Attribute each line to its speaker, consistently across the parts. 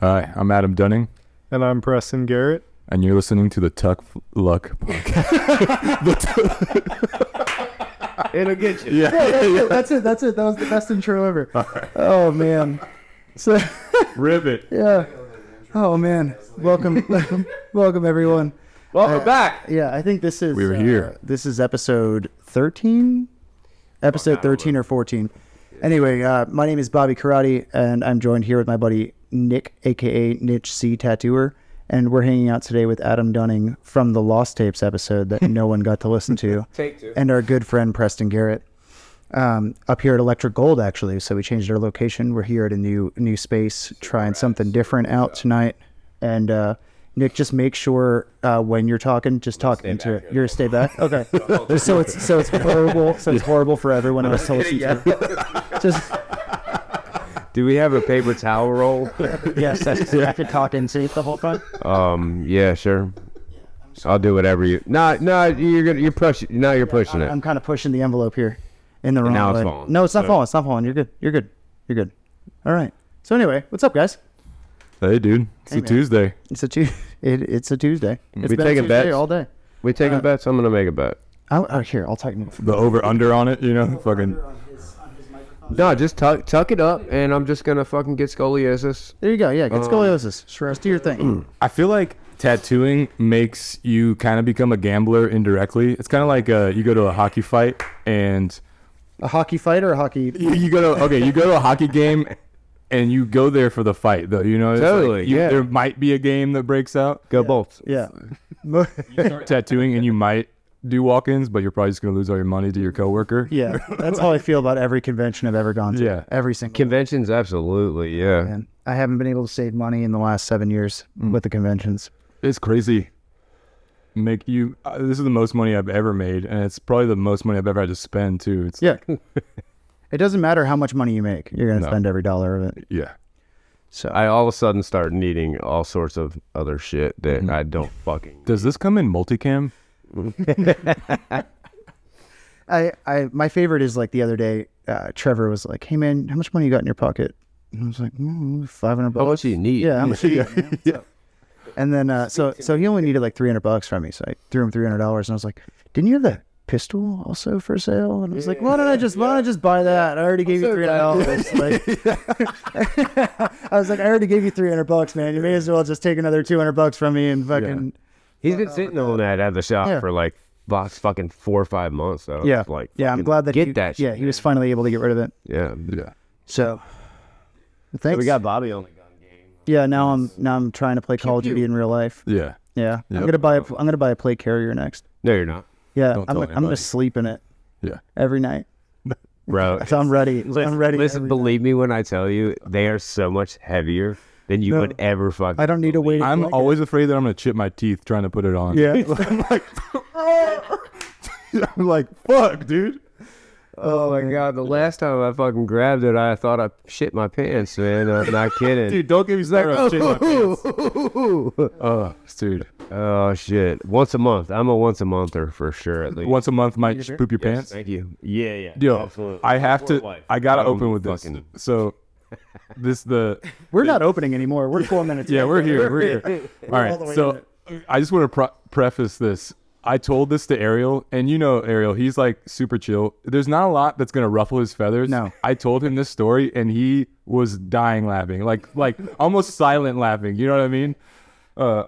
Speaker 1: I'm Adam Dunning,
Speaker 2: And I'm Preston Garrett.
Speaker 1: and you're listening to the Tuck F- Luck podcast.
Speaker 2: It'll get you.
Speaker 1: yeah.
Speaker 3: that's, it, that's it. That's it. That was the best intro ever. Oh man. So
Speaker 2: Ribbit.
Speaker 3: yeah. Oh man. Welcome, welcome everyone.
Speaker 2: Welcome
Speaker 3: Uh,
Speaker 2: back.
Speaker 3: Yeah, I think this is. uh,
Speaker 1: We were here.
Speaker 3: This is episode thirteen, episode thirteen or fourteen. Anyway, uh, my name is Bobby Karate, and I'm joined here with my buddy Nick, aka Niche C Tattooer, and we're hanging out today with Adam Dunning from the Lost Tapes episode that no one got to listen to.
Speaker 4: Take two.
Speaker 3: and our good friend Preston Garrett um, up here at Electric Gold, actually. So we changed our location. We're here at a new new space, trying something different out tonight. And uh, Nick, just make sure uh, when you're talking, just talk into it. You're stay back, okay? Just so it's so it's horrible, so it's horrible for everyone else to listen to. Just
Speaker 4: Do we have a paper towel roll?
Speaker 3: yes, that's, yeah. I could talk and see the whole time.
Speaker 4: um, yeah, sure. I'll do whatever you. No, no, you're gonna you're pushing. No, you're pushing
Speaker 3: I'm
Speaker 4: it.
Speaker 3: kind of pushing the envelope here in the wrong
Speaker 4: now it's
Speaker 3: way.
Speaker 4: falling.
Speaker 3: No, it's not falling. It's not falling. You're good. You're good. You're good. All right. So anyway, what's up, guys?
Speaker 1: Hey, dude. It's
Speaker 3: Hey,
Speaker 1: a
Speaker 3: man.
Speaker 1: Tuesday.
Speaker 3: It's a tu- it, it's a Tuesday. It's
Speaker 4: We
Speaker 3: been
Speaker 4: taking
Speaker 3: a Tuesday
Speaker 4: bets?
Speaker 3: all day.
Speaker 4: We taking bets. I'm gonna make a bet.
Speaker 3: Oh, oh, here, I'll take
Speaker 1: The over under on it, you know? Fucking.
Speaker 4: No, just tuck tuck it up, and I'm just gonna fucking get scoliosis.
Speaker 3: There you go. Yeah, get
Speaker 1: Uh,
Speaker 3: scoliosis. Just do your thing.
Speaker 1: I feel like tattooing makes you kind of become a gambler indirectly. It's kind of like uh, you go to a hockey fight and
Speaker 3: a hockey fight or a hockey?
Speaker 1: you, you go to okay, you go to a hockey game and you go there for the fight though. You know, It's like
Speaker 4: Totally,
Speaker 1: you-
Speaker 4: yeah.
Speaker 1: There might be a game that breaks out.
Speaker 4: Go Bolts.
Speaker 3: Yeah. Mo-
Speaker 1: tattooing and you might do walk-ins, but you're probably just gonna lose all your money to your coworker.
Speaker 3: yeah. That's how I feel about every convention I've ever gone to.
Speaker 1: Yeah.
Speaker 3: Every single
Speaker 4: Conventions, absolutely. Yeah.
Speaker 3: one. I haven't been able to save money in the last seven years
Speaker 1: Mm.
Speaker 3: with the conventions.
Speaker 1: It's crazy. Make you. Uh, this is the most money I've ever made, and it's probably the most money I've ever had to spend too. It's
Speaker 3: Yeah. it doesn't matter how much money you make. You're gonna
Speaker 1: No.
Speaker 3: spend every dollar of it.
Speaker 1: yeah.
Speaker 3: So
Speaker 4: I all of a sudden start needing all sorts of other shit that
Speaker 3: Mm-hmm.
Speaker 4: I don't fucking.
Speaker 1: Does this come in multicam?
Speaker 3: I, I, my favorite is like the other day. Uh, Trevor was like, "Hey man, how much money you got in your pocket?" And I was like, mm, 500 bucks."
Speaker 4: How much do you need?
Speaker 3: Yeah, I'm a cheat. yeah. And then uh, so so he only needed like 300 bucks from me, so I threw him 300 dollars, and I was like, "Didn't you have that pistol also for sale?" And I was like, "Why don't I just why don't I just buy that? I already gave you 300 dollars." Like, I was like, "I already gave you 300 bucks, man. You may as well just take another 200 bucks from me and fucking
Speaker 4: He's been sitting on that at the shop
Speaker 3: Yeah.
Speaker 4: for like box fucking four or five months though.
Speaker 3: yeah,
Speaker 4: It's like
Speaker 3: yeah." I'm
Speaker 4: fucking
Speaker 3: glad that
Speaker 4: get
Speaker 3: he,
Speaker 4: that.
Speaker 3: Yeah,
Speaker 4: shit,
Speaker 3: he was finally able to get rid of it.
Speaker 4: yeah, yeah.
Speaker 3: So, thanks.
Speaker 4: Bobby on the gun game.
Speaker 3: yeah. Now I'm now I'm trying to play Call of Duty in real life.
Speaker 1: Yeah.
Speaker 3: Yeah,
Speaker 1: Yep.
Speaker 3: I'm gonna buy a, I'm gonna buy a play carrier next.
Speaker 4: No, you're not,
Speaker 3: Yeah,
Speaker 1: Don't
Speaker 3: I'm,
Speaker 1: tell
Speaker 3: I'm gonna
Speaker 1: anybody.
Speaker 3: sleep in it
Speaker 1: Yeah.
Speaker 3: every night.
Speaker 4: bro.
Speaker 3: So I'm ready. I'm ready.
Speaker 4: Listen,
Speaker 3: every-
Speaker 4: believe me when I tell you, they are so much heavier than you
Speaker 3: No.
Speaker 4: would ever fucking.
Speaker 3: I don't need to wait.
Speaker 1: I'm
Speaker 3: like-
Speaker 1: always afraid that I'm gonna chip my teeth trying to put it on.
Speaker 3: Yeah.
Speaker 1: I'm like, fuck, dude.
Speaker 4: Oh my god! The last time I fucking grabbed it, I thought I shit my pants, man. I'm not kidding.
Speaker 1: Dude, don't give me started on shit. Oh, dude.
Speaker 4: oh shit! Once a month, I'm a once a monther for sure. At least
Speaker 1: Once a month might poop your
Speaker 4: Yes,
Speaker 1: pants.
Speaker 4: Thank you. Yeah, yeah.
Speaker 1: Yo,
Speaker 4: absolutely.
Speaker 1: I have
Speaker 4: Support
Speaker 1: to.
Speaker 4: life.
Speaker 1: I gotta
Speaker 4: I'm
Speaker 1: open with this.
Speaker 4: fucking-
Speaker 1: So, this the
Speaker 3: We're not opening anymore. We're four minutes.
Speaker 1: Yeah,
Speaker 3: in.
Speaker 1: we're here. We're here. all right.
Speaker 3: the way in
Speaker 1: so I just want to pre- preface this. I told this to Ariel, and you know Ariel, he's like super chill. There's not a lot that's gonna ruffle his feathers.
Speaker 3: No.
Speaker 1: I told him this story, and he was dying laughing, like like almost silent laughing. You know what I mean? Uh,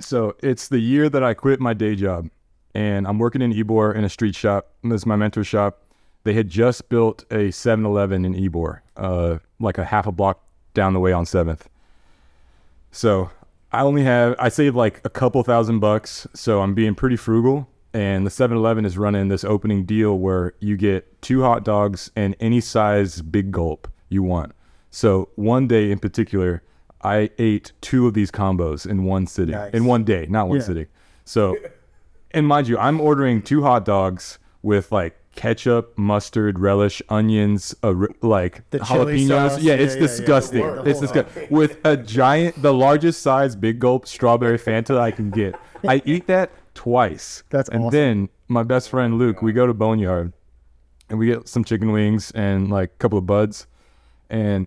Speaker 1: so it's the year that I quit my day job, and I'm working in Ybor in a street shop. And this is my mentor's shop. They had just built a 7-Eleven in Ybor, uh, like a half a block down the way on Seventh. So I only have I saved like a couple thousand bucks, so I'm being pretty frugal. And the 7-Eleven is running this opening deal where you get two hot dogs and any size big gulp you want. So one day in particular, I ate two of these combos in one sitting. In one day, not one
Speaker 3: Yeah.
Speaker 1: sitting. So and mind you, I'm ordering two hot dogs with like ketchup, mustard, relish, onions, uh, r- like
Speaker 3: The chili
Speaker 1: jalapenos.
Speaker 3: sauce.
Speaker 1: Yeah,
Speaker 3: Yeah,
Speaker 1: it's
Speaker 3: yeah, yeah.
Speaker 1: disgusting.
Speaker 3: The whole-
Speaker 1: It's disgusting. With a giant, the largest size big gulp strawberry Fanta I can get. I eat that twice.
Speaker 3: That's
Speaker 1: and
Speaker 3: awesome.
Speaker 1: then my best friend Luke, we go to Boneyard, and we get some chicken wings and like a couple of buds, and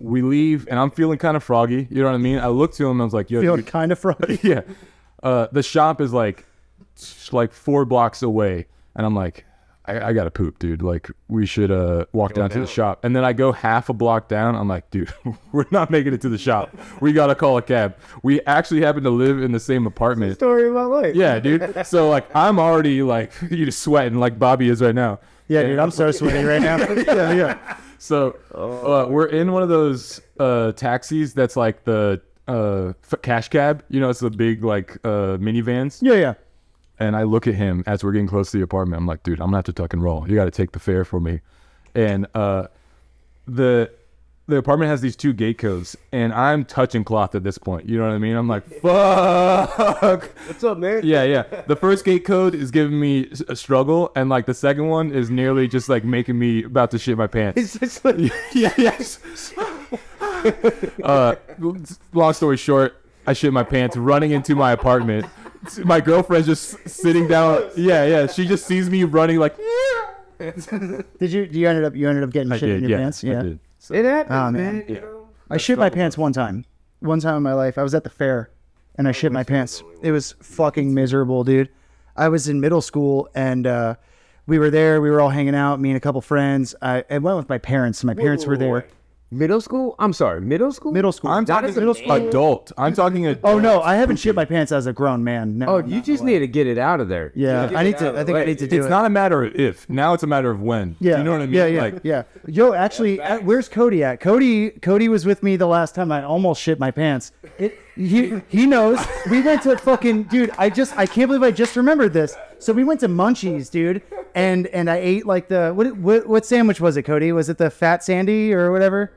Speaker 1: we leave, and I'm feeling kind of froggy. You know what I mean? I look to him, and I was like, "Yo,
Speaker 3: Feeling
Speaker 1: dude,
Speaker 3: kind of froggy.
Speaker 1: yeah. Uh, the shop is like s- like four blocks away, and I'm like, I, I gotta poop, dude. Like we should uh walk down, to the shop. And then I go half a block down. I'm like, dude, we're not making it to the shop. We gotta call a cab. We actually happen to live in the same apartment.
Speaker 4: Story of my life.
Speaker 1: Yeah, dude. So like I'm already like you just sweating like Bobby is right now.
Speaker 3: Yeah, dude, I'm so sweaty right now. yeah, yeah.
Speaker 1: So uh, we're in one of those uh, taxis that's like the uh, f- cash cab. You know, it's the big like uh, minivans.
Speaker 3: Yeah, yeah.
Speaker 1: And I look at him as we're getting close to the apartment. I'm like, dude, I'm gonna have to tuck and roll. You got to take the fare for me. And uh, the the apartment has these two gate codes, and I'm touching cloth at this point. You know what I mean? I'm like, fuck.
Speaker 4: What's up, man?
Speaker 1: Yeah, yeah. The first gate code is giving me s- a struggle, and like the second one is nearly just like making me about to shit my pants.
Speaker 4: It's just like,
Speaker 1: yeah, yes. uh, long story short, I shit my pants running into my apartment. My girlfriend's just sitting down. Yeah, yeah. She just sees me running like.
Speaker 3: Did you? You ended up. You ended up getting
Speaker 1: I
Speaker 3: shit in your
Speaker 1: did, yeah,
Speaker 3: pants.
Speaker 1: I
Speaker 3: Yeah.
Speaker 1: did.
Speaker 4: it happens,
Speaker 3: Ah, man.
Speaker 4: man. you
Speaker 1: Yeah.
Speaker 4: know?
Speaker 3: I shit my pants one time. One time in my life, I was at the fair and I shit my pants. It was fucking miserable, dude. I was in middle school and uh, we were there. We were all hanging out, me and a couple friends. I, I went with my parents. and My parents were there.
Speaker 4: Middle school? I'm sorry, middle school?
Speaker 3: Middle school.
Speaker 1: I'm
Speaker 4: Not
Speaker 1: talking
Speaker 4: as a
Speaker 1: middle
Speaker 4: man.
Speaker 1: adult. I'm talking adult.
Speaker 3: oh no, I haven't shit my pants as a grown man. No,
Speaker 4: Oh,
Speaker 3: no.
Speaker 4: you just need to get it out of there.
Speaker 3: yeah.
Speaker 4: Just get
Speaker 3: I
Speaker 4: it
Speaker 3: need
Speaker 4: out
Speaker 3: to.
Speaker 4: of the
Speaker 3: I think I
Speaker 4: way.
Speaker 3: need to do
Speaker 1: It's
Speaker 3: it.
Speaker 1: not a matter of if. Now it's a matter of when. Do
Speaker 3: yeah.
Speaker 1: you know what I mean?
Speaker 3: Yeah, yeah,
Speaker 1: Like,
Speaker 3: yeah. Yo, actually, uh, where's Cody at? Cody, Cody was with me the last time I almost shit my pants. It, he, he knows. We went to fucking dude. I just, I can't believe I just remembered this. So we went to Munchies, dude, and and I ate like the what what what sandwich was it, Cody? Was it the Fat Sandy or whatever?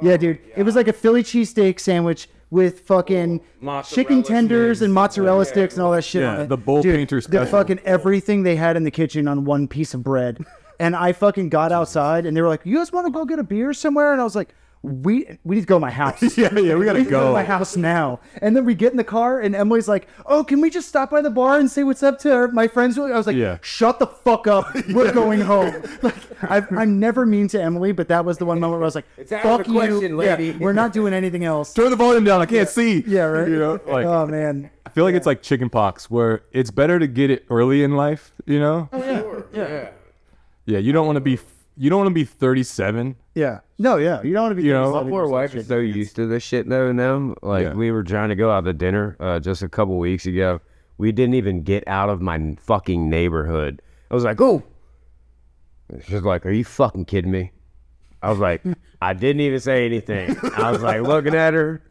Speaker 3: yeah, dude. It was like a Philly cheesesteak sandwich with fucking chicken tenders and mozzarella sticks and all that shit.
Speaker 1: Yeah,
Speaker 3: on it.
Speaker 1: the bull
Speaker 3: Dude,
Speaker 1: painter
Speaker 3: The
Speaker 1: special.
Speaker 3: fucking everything they had in the kitchen on one piece of bread. and I fucking got outside and they were like, "You guys want to go get a beer somewhere?" And I was like, "We we need to go to my house."
Speaker 1: yeah, yeah. We
Speaker 3: We
Speaker 1: gotta
Speaker 3: need to go to my
Speaker 1: go.
Speaker 3: house now. And then we get in the car, and Emily's like, "Oh, can we just stop by the bar and say what's up to our- my friends?" I was like,
Speaker 1: Yeah.
Speaker 3: "Shut the fuck up. We're going home." Like, I've, I'm never mean to Emily, but that was the one moment where I was like,
Speaker 4: It's out of
Speaker 3: "Fuck
Speaker 4: the
Speaker 3: you,
Speaker 4: question,
Speaker 3: Yeah,
Speaker 4: lady."
Speaker 3: we're not doing anything else."
Speaker 1: Turn the volume down. I can't see.
Speaker 3: Yeah, right.
Speaker 1: You know, like
Speaker 3: oh man,
Speaker 1: I feel like it's like chicken pox, where it's better to get it early in life. You know?
Speaker 4: Oh, Yeah.
Speaker 1: Yeah, you don't want to be you don't want to be 37.
Speaker 3: yeah, no, yeah, you don't want to be.
Speaker 1: You know,
Speaker 4: My poor wife is so used to this shit though now. Like
Speaker 1: Yeah.
Speaker 4: we were trying to go out to dinner uh, just a couple weeks ago. We didn't even get out of my n- fucking neighborhood. I was like, oh. She's like, are you fucking kidding me? I was like, I didn't even say anything. I was like looking at her.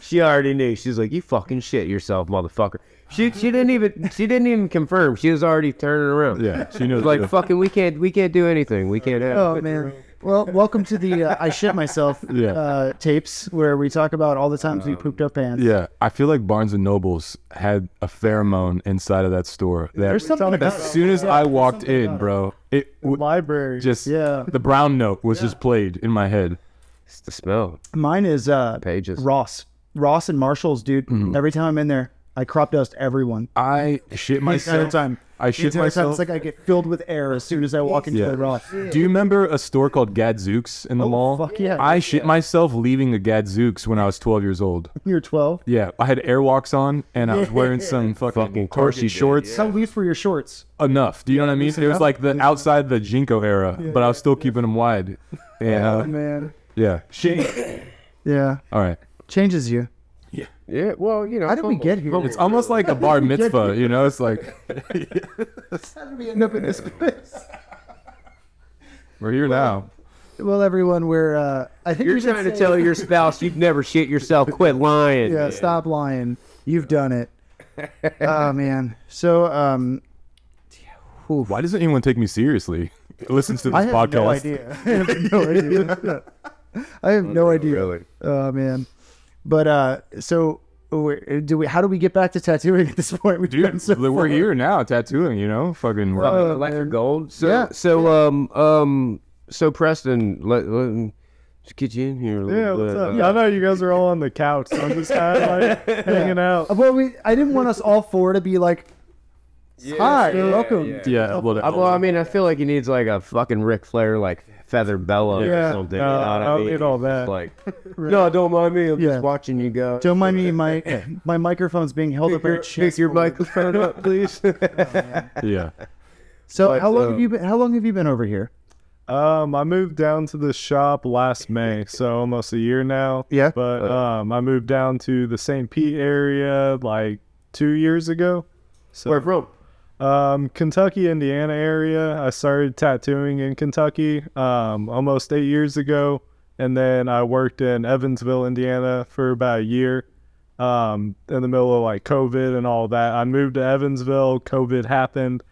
Speaker 4: She already knew. She's like, you fucking shit yourself, motherfucker. She she didn't even she didn't even confirm. She was already turning around.
Speaker 1: Yeah, she knows.
Speaker 4: Like fucking, we can't we can't do anything. We can't have.
Speaker 3: Oh man. Well, welcome to the uh, "I shit myself"
Speaker 1: Yeah.
Speaker 3: uh, tapes where we talk about all the times
Speaker 4: Um,
Speaker 3: we pooped up pants.
Speaker 1: yeah, I feel like Barnes and Nobles had a pheromone inside of that store. That
Speaker 3: There's something about
Speaker 1: as soon as I walked in, bro, it w-
Speaker 3: library.
Speaker 1: just
Speaker 3: yeah.
Speaker 1: The brown note was just played in my head.
Speaker 4: It's the smell.
Speaker 3: Mine is uh,
Speaker 4: Pages.
Speaker 3: Ross, Ross and Marshalls, dude. Every time I'm in there, I crop dust everyone.
Speaker 1: Mm-hmm. I shit
Speaker 3: Every
Speaker 1: myself.
Speaker 3: time.
Speaker 1: I
Speaker 3: The
Speaker 1: shit
Speaker 3: entire time,
Speaker 1: myself.
Speaker 3: It's like I get filled with air as soon as I walk into
Speaker 1: Yeah.
Speaker 3: the Ross.
Speaker 1: Do you remember a store called Gadzooks in the mall?
Speaker 3: Oh, fuck yeah.
Speaker 1: I shit myself leaving a Gadzooks when I was 12 years old.
Speaker 3: You're 12.
Speaker 1: Yeah, I had airwalks on and I was wearing some fucking,
Speaker 4: Fucking course
Speaker 1: Target
Speaker 4: you did,
Speaker 1: shorts.
Speaker 3: How loose were your shorts?
Speaker 1: enough. Do you know what I mean? It was like the outside the Jinko era, but I was still keeping them wide. And uh,
Speaker 3: Man.
Speaker 1: yeah,
Speaker 3: Yeah.
Speaker 1: all right.
Speaker 3: Changes you.
Speaker 4: Yeah, well, you know.
Speaker 3: How did we
Speaker 4: fumble,
Speaker 3: get here?
Speaker 4: fumble.
Speaker 1: It's almost like a bar mitzvah, you know? It's like
Speaker 3: How did we end up in this place?
Speaker 1: we're here now.
Speaker 3: Well, everyone, we're. Uh, I think
Speaker 4: You're
Speaker 3: we should
Speaker 4: trying to
Speaker 3: say-
Speaker 4: tell your spouse you've never shit yourself. Quit lying.
Speaker 3: yeah, stop lying. You've done it. oh man. So um
Speaker 1: Why doesn't anyone take me seriously? Listens to this
Speaker 3: I have
Speaker 1: podcast.
Speaker 3: no idea. I have no idea. I have no idea.
Speaker 4: Really?
Speaker 3: Oh man. But uh so we- do we how do we get back to tattooing at this point? We've
Speaker 1: Dude,
Speaker 3: been so
Speaker 1: we're
Speaker 3: far.
Speaker 1: here now tattooing, you know? Fucking we're-
Speaker 2: Oh,
Speaker 4: Uh, electric gold. So,
Speaker 3: Yeah.
Speaker 4: So um um so Preston, let, let me just get you in here. A little
Speaker 2: Yeah,
Speaker 4: bit.
Speaker 2: what's up?
Speaker 4: Uh,
Speaker 2: I know you guys are all on the couch. So I'm just kind of like hanging out.
Speaker 3: Well, we I didn't want us all four to be like hi, welcome.
Speaker 1: yeah, well,
Speaker 4: I- well, I mean, I feel like he needs like a fucking Ric Flair like feather Bella
Speaker 2: Yeah.
Speaker 4: or something.
Speaker 2: No,
Speaker 4: you know what I
Speaker 2: I'll
Speaker 4: mean?
Speaker 2: eat all
Speaker 4: It's just
Speaker 2: that.
Speaker 4: Like, no, don't mind me. I'm
Speaker 3: Yeah.
Speaker 4: just watching you go.
Speaker 3: Don't mind me. My my microphone's being held up
Speaker 4: pick
Speaker 3: by a
Speaker 4: your,
Speaker 3: chest.
Speaker 4: pick your microphone up, please.
Speaker 1: Yeah.
Speaker 3: So
Speaker 4: But,
Speaker 3: how long
Speaker 4: uh,
Speaker 3: have you been? How long have you been over here?
Speaker 2: Um, I moved down to the shop last May, so almost a year now.
Speaker 3: Yeah.
Speaker 2: But um, I moved down to the St. Pete area like two years ago.
Speaker 4: Where from?
Speaker 2: Um, Kentucky, Indiana area. I started tattooing in Kentucky um, almost eight years ago, and then I worked in Evansville, Indiana, for about a year. Um, in the middle of like COVID and all that, I moved to Evansville. COVID happened.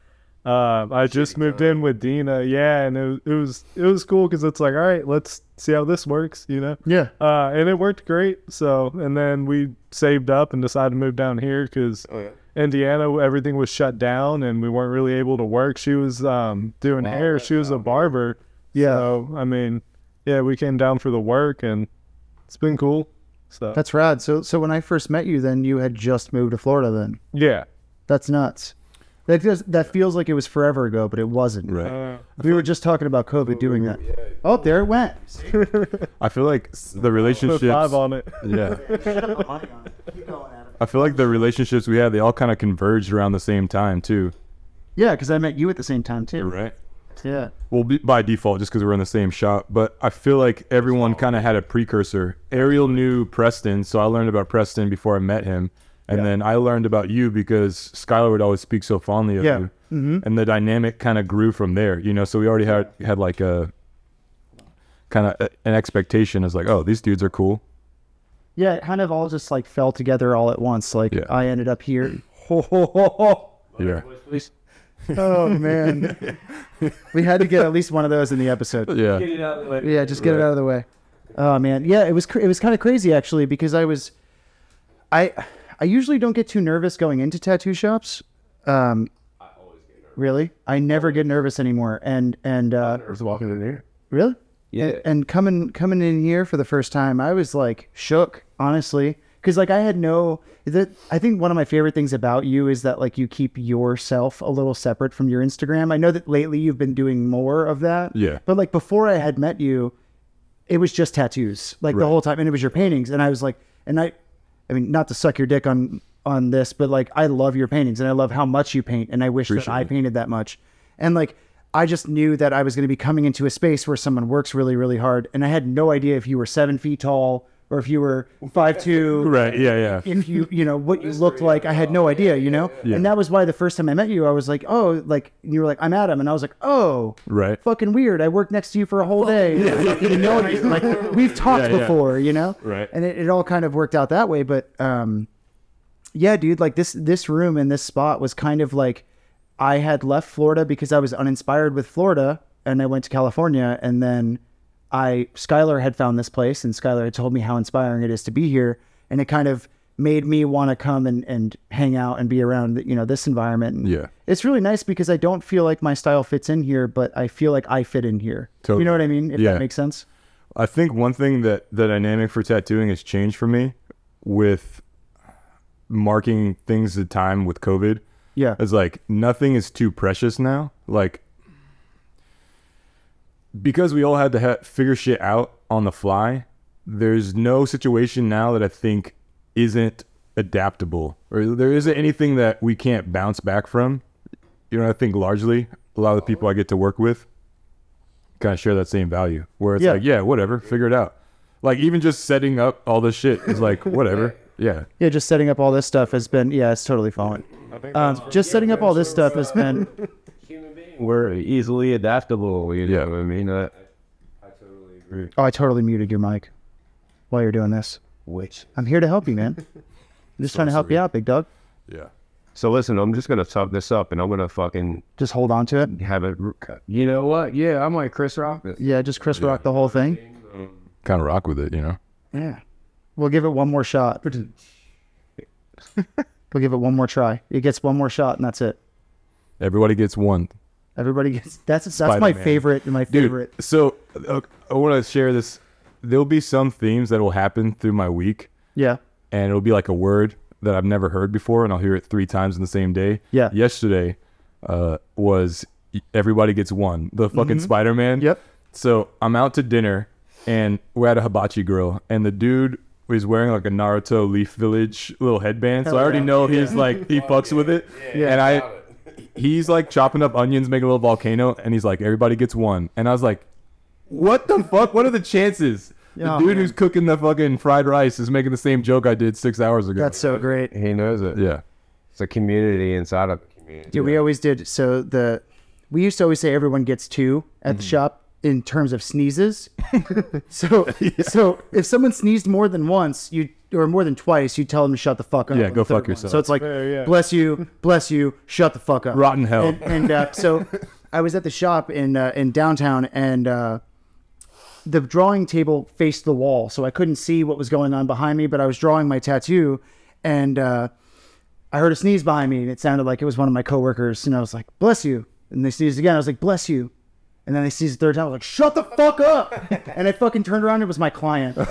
Speaker 2: Um, I just moved in with Dina. Yeah, and it, it was it was cool because it's like, all right, let's see how this works, you know.
Speaker 3: Yeah.
Speaker 2: Uh, and it worked great. So, and then we saved up and decided to move down here because
Speaker 4: yeah.
Speaker 2: Indiana, everything was shut down and we weren't really able to work. She was um, doing hair. She was a barber.
Speaker 3: Yeah.
Speaker 2: So, I mean, yeah, we came down for the work and it's been cool. So,
Speaker 3: That's rad. So so when I first met you, then you had just moved to Florida. Then
Speaker 2: yeah.
Speaker 3: that's nuts. That feels that feels like it was forever ago, but it wasn't.
Speaker 1: Right.
Speaker 2: Uh,
Speaker 3: We were just talking about COVID doing that. Oh, there it went.
Speaker 1: I feel like s- the
Speaker 2: Put
Speaker 1: relationships.
Speaker 2: five on it.
Speaker 1: Yeah. I feel like the relationships we had, they all kind of converged around the same time too.
Speaker 3: Yeah, because I met you at the same time too.
Speaker 1: Right.
Speaker 3: Yeah.
Speaker 1: Well, be- by default, just because we're in the same shop. But I feel like everyone kind of had a precursor. Ariel knew Preston, so I learned about Preston before I met him. And then I learned about you because Skylar would always speak so fondly of
Speaker 3: Yeah.
Speaker 1: you. And the dynamic kind of grew from there, you know? So we already had, had like a kind of an expectation as like, oh, these dudes are cool.
Speaker 3: Yeah, it kind of all just like fell together all at once. Like
Speaker 1: Yeah.
Speaker 3: I ended up here.
Speaker 1: Yeah.
Speaker 3: Oh man. we had to get at least one of those in the episode.
Speaker 1: Yeah.
Speaker 3: Yeah, just get it out of the way. Oh man, yeah, it was cr- it was kind of crazy actually because I was, I, I usually don't get too nervous going into tattoo shops. Um, really, I never get nervous anymore. And and uh,
Speaker 4: I was walking in there.
Speaker 3: really,
Speaker 4: Yeah.
Speaker 3: and coming coming in here for the first time, I was like shook, honestly, because like I had no that. I think one of my favorite things about you is that like you keep yourself a little separate from your Instagram. I know that lately you've been doing more of that.
Speaker 1: Yeah.
Speaker 3: But like before I had met you, it was just tattoos like the whole time, and it was your paintings, and I was like, and I, I mean, not to suck your dick on on this, but like I love your paintings and I love how much you paint, and I wish that
Speaker 1: Appreciate
Speaker 3: I
Speaker 1: it.
Speaker 3: painted that much, and like. I just knew that I was going to be coming into a space where someone works really, really hard, and I had no idea if you were seven feet tall or if you were five two,
Speaker 1: Right. Yeah. Yeah.
Speaker 3: if you you know what you looked like i had no idea you know and that was why the first time i met you i was like oh like and you were like i'm adam and i was like oh
Speaker 1: Right.
Speaker 3: fucking weird i worked next to you for a whole day Like, didn't know you. like we've talked
Speaker 1: Yeah, yeah.
Speaker 3: before you know
Speaker 1: Right.
Speaker 3: and it, it all kind of worked out that way but um yeah dude like this this room and this spot was kind of like i had left florida because i was uninspired with florida and i went to california and then i skylar had found this place and skylar had told me how inspiring it is to be here and it kind of made me want to come and and hang out and be around you know this environment and
Speaker 1: Yeah.
Speaker 3: it's really nice because i don't feel like my style fits in here but i feel like i fit in here you
Speaker 1: Totally.
Speaker 3: know what i mean if
Speaker 1: Yeah.
Speaker 3: that makes sense
Speaker 1: I think one thing that the dynamic for tattooing has changed for me with marking things to time with COVID
Speaker 3: yeah
Speaker 1: is like nothing is too precious now. Like because we all had to ha- figure shit out on the fly. There's no situation now that I think isn't adaptable, or there isn't anything that we can't bounce back from. You know, I think largely a lot of the people I get to work with kind of share that same value where it's
Speaker 3: Yeah.
Speaker 1: like, yeah, whatever, figure it out. Like even just setting up all this shit is like whatever. Yeah.
Speaker 3: Yeah, just setting up all this stuff has been yeah, it's totally fallen. Um, just setting up all this stuff has been
Speaker 4: Human being. We're easily adaptable. You know
Speaker 1: Yeah.
Speaker 4: what I mean? I, I totally agree.
Speaker 3: Oh, I totally muted your mic while you're doing this.
Speaker 4: Which?
Speaker 3: I'm here to help you, man. I'm just trying to help you out, big dog.
Speaker 1: Yeah.
Speaker 4: So listen, I'm just gonna sub this up, and I'm gonna fucking
Speaker 3: Just hold on to it.
Speaker 4: have it. You know what? Yeah, I'm like Chris Rock.
Speaker 3: Yeah, just Chris Rock the whole thing.
Speaker 1: Kind of rock with it, you know?
Speaker 3: Yeah. We'll give it one more shot. We'll give it one more try. It gets one more shot and that's it.
Speaker 1: Everybody gets one.
Speaker 3: Everybody gets that's that's my
Speaker 1: Spider-Man.
Speaker 3: favorite my
Speaker 1: Dude,
Speaker 3: favorite.
Speaker 1: So uh, I want to share this. There'll be some themes that will happen through my week,
Speaker 3: Yeah.
Speaker 1: and it'll be like a word that I've never heard before, and I'll hear it three times in the same day.
Speaker 3: Yeah.
Speaker 1: Yesterday uh, was y- everybody gets one. The fucking Spider Man.
Speaker 3: Mm-hmm. Yep.
Speaker 1: So I'm out to dinner, and we're at a hibachi grill, and the dude is wearing like a Naruto Leaf Village little headband. So I already know he's like he fucks with it. Yeah, and I, he's like chopping up onions, making a little volcano, and he's like, everybody gets one, and I was like, what the fuck? What are the chances?
Speaker 3: Yeah.
Speaker 1: the dude who's cooking the fucking fried rice is making the same joke I did six hours ago.
Speaker 3: That's so great.
Speaker 4: He knows it.
Speaker 1: yeah.
Speaker 4: It's a community inside of a community.
Speaker 3: Dude, we always did. So the we used to always say everyone gets two at
Speaker 1: Mm-hmm.
Speaker 3: the shop in terms of sneezes. so so if someone sneezed more than once, you or more than twice, you tell them to shut the fuck up.
Speaker 1: Yeah,
Speaker 3: on
Speaker 1: go
Speaker 3: the third
Speaker 1: fuck
Speaker 3: one.
Speaker 1: yourself.
Speaker 3: So it's like
Speaker 2: Fair, yeah.
Speaker 3: bless you, bless you, shut the fuck up.
Speaker 1: Rotten hell.
Speaker 3: And, and uh, so I was at the shop in uh, in downtown and. Uh, the drawing table faced the wall, so I couldn't see what was going on behind me, but I was drawing my tattoo and uh, I heard a sneeze behind me and it sounded like it was one of my coworkers. And I was like, bless you. And they sneezed again. I was like, bless you. And then they sneezed the third time. I was like, shut the fuck up. and I fucking turned around. It was my client. and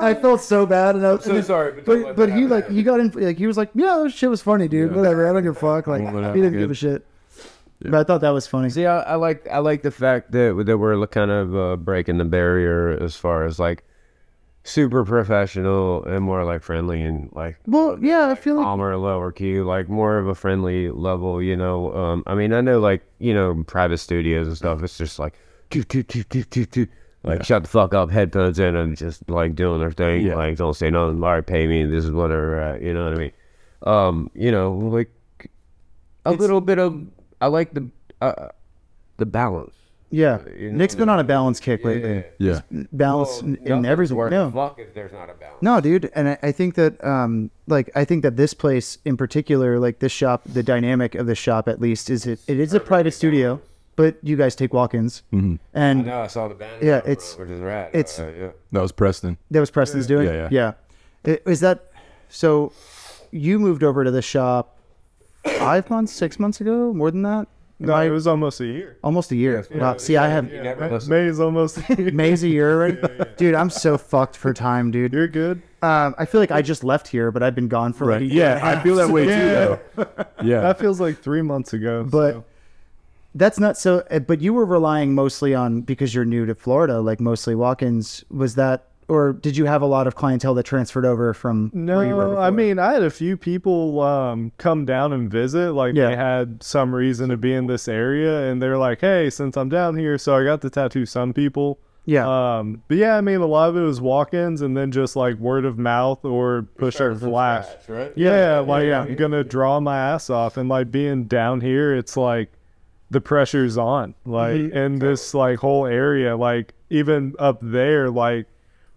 Speaker 3: I felt so bad. And I was
Speaker 4: so sorry, but don't
Speaker 3: But,
Speaker 4: let
Speaker 3: but
Speaker 4: that
Speaker 3: he
Speaker 4: happen
Speaker 3: like, he got in, like, he was like, yeah, that shit was funny, dude. Whatever. I don't give a fuck. Like,
Speaker 1: Won't let it
Speaker 3: he didn't
Speaker 1: happen
Speaker 3: give a
Speaker 1: again.
Speaker 3: shit. But I thought that was funny.
Speaker 4: See, I, I like I like the fact that that we're kind of uh, breaking the barrier as far as like super professional and more like friendly and like
Speaker 3: Well, yeah, I feel like
Speaker 4: calmer, lower key, like more of a friendly level. You know, um, I mean, I know like you know private studios and stuff. It's just like toot, toot, toot, toot, toot, toot. Like shut the fuck up, headphones in, and just like doing their thing.
Speaker 1: Yeah.
Speaker 4: Like don't say nothing. All right, pay me. This is whatever. Uh, you know what I mean? Um, you know, like a little bit of. I like the uh, the balance.
Speaker 3: Yeah,
Speaker 4: you know,
Speaker 3: Nick's been on a balance kick lately.
Speaker 1: Yeah.
Speaker 4: Oh,
Speaker 3: Balance in- in everything. No,
Speaker 4: fuck if there's not a balance.
Speaker 3: no, dude. And I, I think that, um, like, I think that this place in particular, like this shop, the dynamic of the shop at least is it, it is a private studio, but you guys take walk-ins, mm-hmm. and
Speaker 4: I saw the balance.
Speaker 3: Yeah, it's-
Speaker 4: which is rad.
Speaker 3: it's- Uh,
Speaker 4: yeah.
Speaker 1: That was Preston.
Speaker 3: that was Preston's doing.
Speaker 1: Yeah,
Speaker 3: I- Is that so? You moved over to the shop five months, six months ago, more than that,
Speaker 2: No, it was almost a year.
Speaker 3: almost a year. wow. See, I have
Speaker 4: never
Speaker 2: May is almost a year.
Speaker 3: May's a year already, dude. I'm so fucked for time, dude.
Speaker 2: You're good.
Speaker 3: Um, I feel like I just left here, but I've been gone for like a year.
Speaker 1: Yeah, I feel that way
Speaker 2: Yeah.
Speaker 1: too though. Yeah.
Speaker 2: That feels like three months ago.
Speaker 3: But
Speaker 2: so.
Speaker 3: that's not so. uh, But you were relying mostly on because you're new to Florida, like mostly walk-ins. Was that, or did you have a lot of clientele that transferred over from? where you were
Speaker 2: No, I
Speaker 3: before?
Speaker 2: mean I had a few people um, come down and visit. Like
Speaker 3: Yeah.
Speaker 2: they had some reason to be in this area, and they're like, "Hey, since I'm down here, so I got to tattoo some people."
Speaker 3: yeah,
Speaker 2: Um, but yeah, I mean a lot of it was walk-ins, and then just like word of mouth or push or flash.
Speaker 4: right?
Speaker 2: Yeah, like I'm gonna draw my ass off, and like being down here, it's like the pressure's on. Like in this like whole area, like even up there, like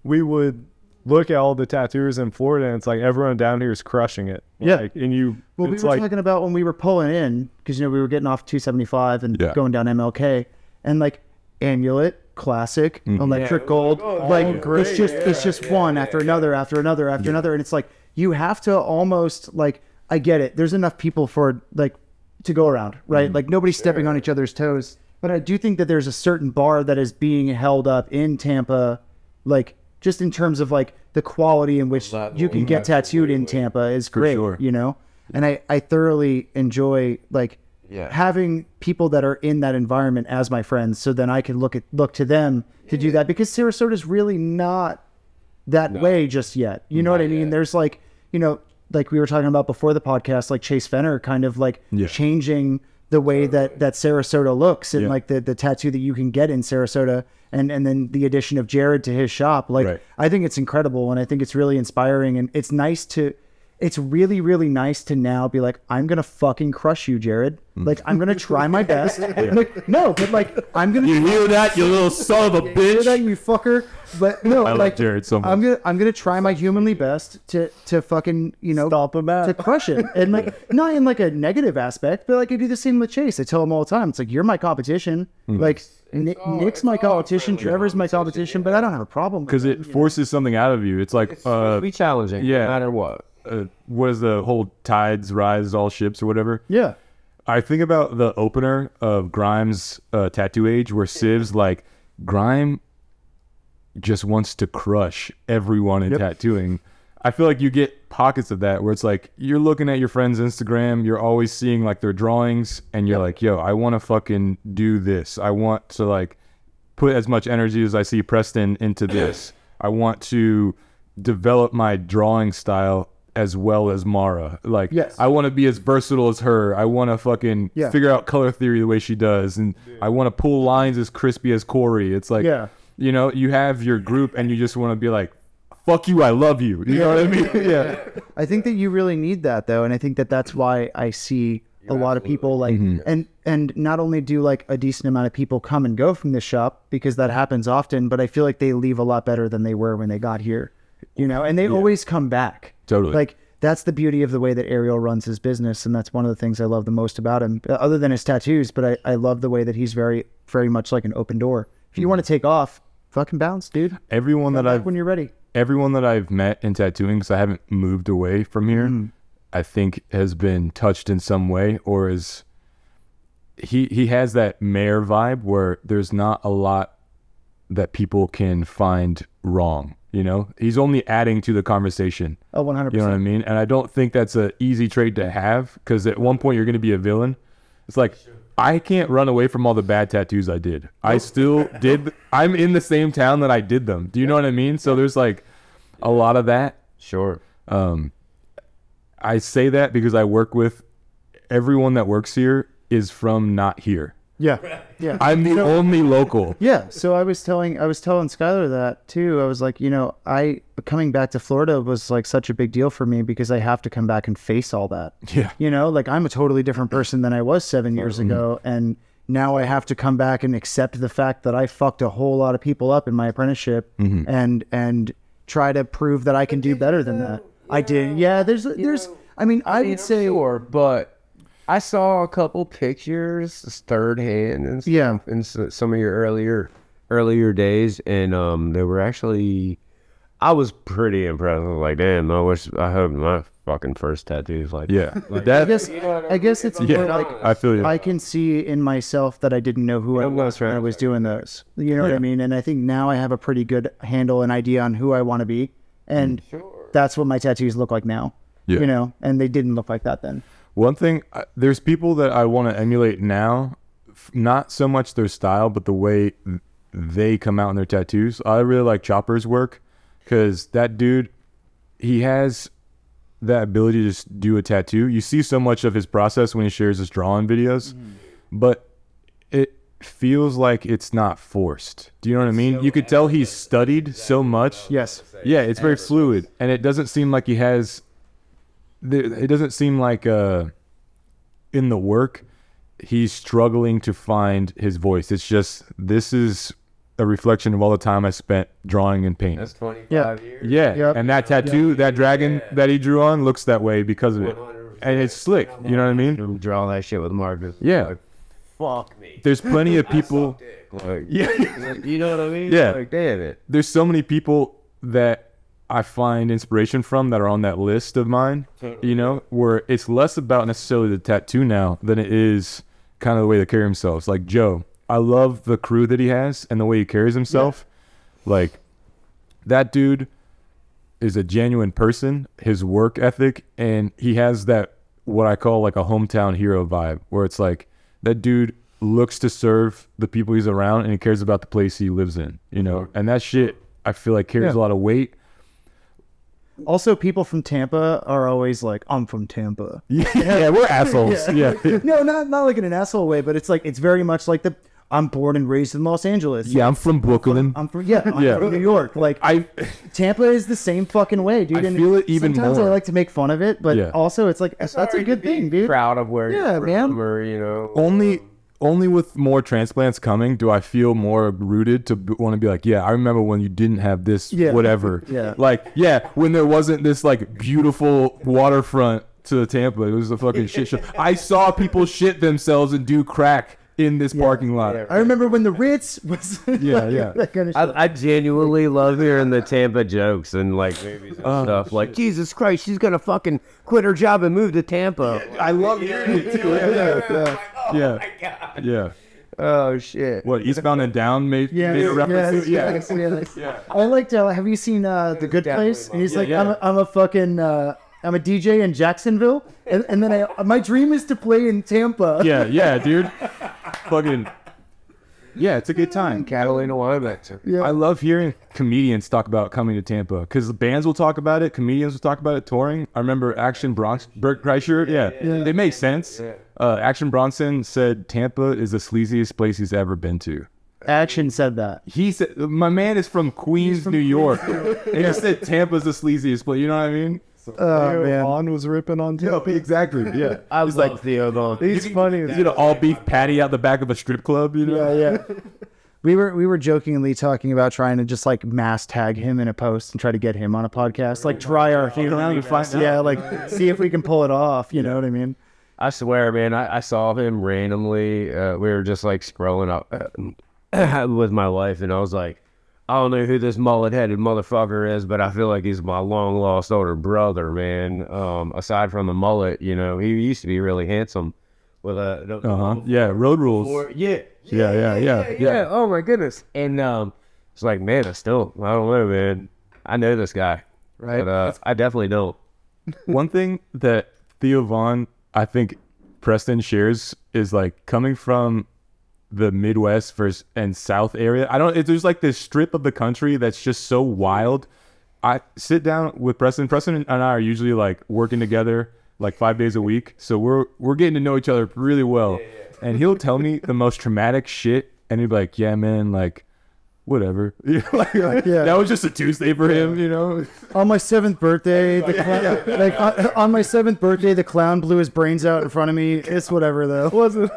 Speaker 2: we would look at all the tattooers in Florida, and it's like everyone down here is crushing it.
Speaker 3: Yeah.
Speaker 2: like, and you,
Speaker 3: well, we
Speaker 2: it's
Speaker 3: were
Speaker 2: like
Speaker 3: talking about when we were pulling in because you know we were getting off 275 and
Speaker 1: Yeah.
Speaker 3: going down MLK and like amulet. Classic, electric gold, like it's just it's just one after another after another after another, and it's like you have to almost like I get it. There's enough people for like to go around, right? Like nobody's stepping on each other's toes. But I do think that there's a certain bar that is being held up in Tampa, like just in terms of like the quality in which you can get tattooed in Tampa is great,
Speaker 1: sure.
Speaker 3: you know. And I I thoroughly enjoy like
Speaker 4: Yeah.
Speaker 3: having people that are in that environment as my friends, so then I can look at look to them to do that because Sarasota's really not that way just yet. You know what I mean? There's like, you know, like we were talking about before the podcast, like Chase Fenner kind of like
Speaker 1: Yeah.
Speaker 3: changing the way that that Sarasota looks and
Speaker 1: Yeah.
Speaker 3: like the the tattoo that you can get in Sarasota and and then the addition of Jared to his shop. Like
Speaker 1: Right.
Speaker 3: I think it's incredible and I think it's really inspiring and it's nice to it's really really nice to now be like I'm going to fucking crush you, Jared.
Speaker 1: Hmm.
Speaker 3: Like I'm going to try my best. Like no, but like I'm going to
Speaker 1: hear that, you little son of a
Speaker 3: Say that, you fucker. But no,
Speaker 1: I like
Speaker 3: like
Speaker 1: Jared so
Speaker 3: I'm
Speaker 1: much.
Speaker 3: gonna I'm gonna try my humanly best to to fucking you know
Speaker 2: Stomp him out.
Speaker 3: to crush it and like not in like a negative aspect, but like I do the same with Chase. I tell him all the time, it's like you're my competition.
Speaker 1: Hmm.
Speaker 3: Like Nick, Nick's my competition, Trevor's my competition, but I don't have a problem with
Speaker 1: Because it forces something out of you. It's like uh,
Speaker 4: be challenging,
Speaker 1: yeah.
Speaker 4: no matter what.
Speaker 1: uh, what is the whole tides rise all ships or whatever.
Speaker 3: Yeah,
Speaker 1: I think about the opener of Grimes' uh, Tattoo Age, where Siv's like, Grime just wants to crush everyone in tattooing. I feel like you get pockets of that where it's like you're looking at your friend's Instagram, you're always seeing like their drawings, and you're like, yo, I want to fucking do this. I want to like put as much energy as I see Preston into this. I want to develop my drawing style as well as Mara. Like,
Speaker 3: Yes.
Speaker 1: I want to be as versatile as her. I want to fucking
Speaker 3: Yeah.
Speaker 1: figure out color theory the way she does, and I want to pull lines as crispy as Corey. It's like,
Speaker 3: Yeah.
Speaker 1: you know, you have your group, and you just want to be like, "Fuck you, I love you." You know what I mean? yeah.
Speaker 3: I think that you really need that though, and I think that that's why I see a lot of people like,
Speaker 1: Mm-hmm.
Speaker 3: and and not only do like a decent amount of people come and go from this shop because that happens often, but I feel like they leave a lot better than they were when they got here, you know, and they always come back.
Speaker 1: Totally.
Speaker 3: Like that's the beauty of the way that Ariel runs his business, and that's one of the things I love the most about him, uh, other than his tattoos. But I I love the way that he's very very much like an open door. If you want to take off, fucking bounce, dude.
Speaker 1: Everyone that
Speaker 3: Back
Speaker 1: Mm-hmm. I've
Speaker 3: when you're ready.
Speaker 1: everyone that I've met in tattooing, because I haven't moved away from here, I think has been touched in some way, or is he he has that mayor vibe where there's not a lot that people can find wrong. You know, he's only adding to the conversation.
Speaker 3: Oh, 100.
Speaker 1: You know
Speaker 3: percent
Speaker 1: what I mean? And I don't think that's an easy trade to have because at one point you're going to be a villain. It's like I can't run away from all the bad tattoos I did. I still did. I'm in the same town that I did them. Do you know what I mean? So there's like a lot of that.
Speaker 4: Sure.
Speaker 1: I say that because I work with everyone that works here is from not here.
Speaker 3: Yeah, yeah.
Speaker 1: I'm the only local.
Speaker 3: Yeah. So I was telling I was telling Skylar that too. I was like, you know, I coming back to Florida was like such a big deal for me because I have to come back and face all that.
Speaker 1: Yeah.
Speaker 3: You know, like I'm a totally different person than I was seven years ago. And now I have to come back and accept the fact that I fucked a whole lot of people up in my apprenticeship and and try to prove that I can do better than that. I did. Yeah, there's there's I mean, I would say
Speaker 4: Sure, but I saw a couple pictures, this third hand, and stuff
Speaker 3: Yeah.
Speaker 4: in s- some of your earlier earlier days, and um, they were actually. I was pretty impressed. I was like, damn, I wish I hope my fucking first tattoo is like
Speaker 1: Yeah.
Speaker 3: I
Speaker 1: that.
Speaker 3: guess I guess it's more
Speaker 1: Yeah.
Speaker 3: like
Speaker 1: I feel you.
Speaker 3: I can see in myself that I didn't know who I
Speaker 4: no,
Speaker 3: was
Speaker 4: that's right.
Speaker 3: when I was doing those. You know what I mean? And I think now I have a pretty good handle and idea on who I want to be, and that's what my tattoos look like now.
Speaker 1: Mm. Yeah.
Speaker 3: You know, and they didn't look like that then.
Speaker 1: One thing, I- there's people that I want to emulate now, f- not so much their style, but the way th- they come out in their tattoos. I really like Chopper's work because that dude, he has that ability to just do a tattoo. You see so much of his process when he shares his drawing videos, but it feels like it's not forced. Do you know what I mean? you could tell he's studied so much.
Speaker 3: Yes.
Speaker 1: Yeah, it's very fluid, and it doesn't seem like he has. there- It doesn't seem like uh, in the work, he's struggling to find his voice. It's just this is a reflection of all the time I spent drawing and painting.
Speaker 4: twenty
Speaker 3: Yeah.
Speaker 4: years.
Speaker 1: yeah,
Speaker 3: Yep.
Speaker 1: and that tattoo, that dragon that he drew on, looks that way because of it, and it's slick. You know what I mean?
Speaker 4: Draw that shit with Marcus.
Speaker 1: Yeah.
Speaker 4: Fuck me.
Speaker 1: There's plenty of people.
Speaker 4: Like,
Speaker 1: Yeah.
Speaker 4: you know what I mean?
Speaker 1: Yeah.
Speaker 4: Like, damn it.
Speaker 1: there's so many people that I find inspiration from that are on that list of mine. You know, where it's less about necessarily the tattoo now than it is kind of the way they carry themselves. Like Joe, I love the crew that he has and the way he carries himself. Like that dude is a genuine person, his work ethic, and he has that what I call like a hometown hero vibe, where it's like that dude looks to serve the people he's around and he cares about the place he lives in, you know. And that shit I feel like carries a lot of weight.
Speaker 3: Also, people from Tampa are always like, "I'm from Tampa."
Speaker 1: Yeah, we're assholes. Yeah. yeah.
Speaker 3: No, not not like in an asshole way, but it's like it's very much like the I'm born and raised in Los Angeles.
Speaker 1: I'm from Brooklyn.
Speaker 3: I'm from yeah, I'm
Speaker 1: Yeah.
Speaker 3: from New York. Like
Speaker 1: I
Speaker 3: Tampa is the same fucking way, dude.
Speaker 1: I feel it even
Speaker 3: sometimes
Speaker 1: more.
Speaker 3: I like to make fun of it, but
Speaker 1: Yeah.
Speaker 3: also it's like that's a good thing, dude.
Speaker 4: Proud of where
Speaker 3: Yeah,
Speaker 4: you're from,
Speaker 3: man.
Speaker 4: or you know,
Speaker 1: only only with more transplants coming do I feel more rooted to want to be like, yeah, I remember when you didn't have this
Speaker 3: Yeah.
Speaker 1: whatever.
Speaker 3: Yeah.
Speaker 1: Like, yeah, when there wasn't this like beautiful waterfront to Tampa. It was a fucking shit show. I saw people shit themselves and do crack in this parking lot.
Speaker 4: Yeah.
Speaker 3: I remember when the Ritz was
Speaker 1: Yeah, yeah.
Speaker 3: that kind of shit.
Speaker 4: I, I genuinely love hearing the Tampa jokes and like movies and stuff. Like Jesus Christ, she's gonna fucking quit her job and move to Tampa.
Speaker 1: I love hearing it too. Yeah. Yeah. Yeah.
Speaker 4: Oh shit.
Speaker 1: What Eastbound and Down made, made a reference? to? yeah,
Speaker 3: yes, yes. I liked. Uh, have you seen uh, the Good
Speaker 4: definitely
Speaker 3: Place? And he's
Speaker 1: mine.
Speaker 3: like,
Speaker 1: Yeah,
Speaker 3: I'm, a, I'm a fucking, uh, I'm a DJ in Jacksonville, and, and then I, my dream is to play in Tampa.
Speaker 1: yeah, yeah, dude. Fucking. Yeah, it's a good time.
Speaker 4: Catalina Weinbeck.
Speaker 3: Yeah.
Speaker 1: I love hearing comedians talk about coming to Tampa because bands will talk about it, comedians will talk about it, touring. I remember Action Bronx, Bert Kreischer. Yeah, they make sense. Uh, Action Bronson said Tampa is the sleaziest place he's ever been to.
Speaker 3: Action said that.
Speaker 1: He said, "My man is from Queens, New York," and he said Tampa's the sleaziest place. You know what I mean?
Speaker 3: Oh man.
Speaker 2: Vaughn was ripping on Tim.
Speaker 1: exactly. Yeah,
Speaker 4: I was like
Speaker 3: uh,
Speaker 4: Theo though.
Speaker 2: He's funny. as
Speaker 1: you know, all beef patty out the back of a strip club. You know,
Speaker 3: Yeah, yeah. We were we were jokingly talking about trying to just like mass tag him in a post and try to get him on a podcast, like try our hand around and find, yeah, like see if we can pull it off. You know what I mean?
Speaker 4: I swear, man, I, I saw him randomly. Uh, we were just like scrolling up uh, with my wife, and I was like, I don't know who this mullet headed motherfucker is, but I feel like he's my long lost older brother, man. Um, aside from the mullet, you know, he used to be really handsome with a. the-
Speaker 3: Uh-huh.
Speaker 1: uh huh. Yeah, road rules.
Speaker 4: Or- yeah,
Speaker 1: Yeah, yeah, yeah,
Speaker 4: yeah,
Speaker 1: yeah.
Speaker 4: Oh my goodness. And um, it's like, man, I still, I don't know, man. I know this guy,
Speaker 3: Right.
Speaker 4: But, uh, I definitely don't.
Speaker 1: One thing that Theo Vaughn, I think Preston shares is like coming from the Midwest versus and South area. I don't. It, there's like this strip of the country that's just so wild. I sit down with Preston. Preston and I are usually like working together like five days a week, so we're we're getting to know each other really well. And he'll tell me the most traumatic shit, and he'd be like, "Yeah, man, like." Whatever, like, like,
Speaker 3: Yeah.
Speaker 1: that was just a Tuesday for him, you know.
Speaker 3: On my seventh birthday, the clown, like on, on my seventh birthday, the clown blew his brains out in front of me. It's whatever though.
Speaker 2: wasn't.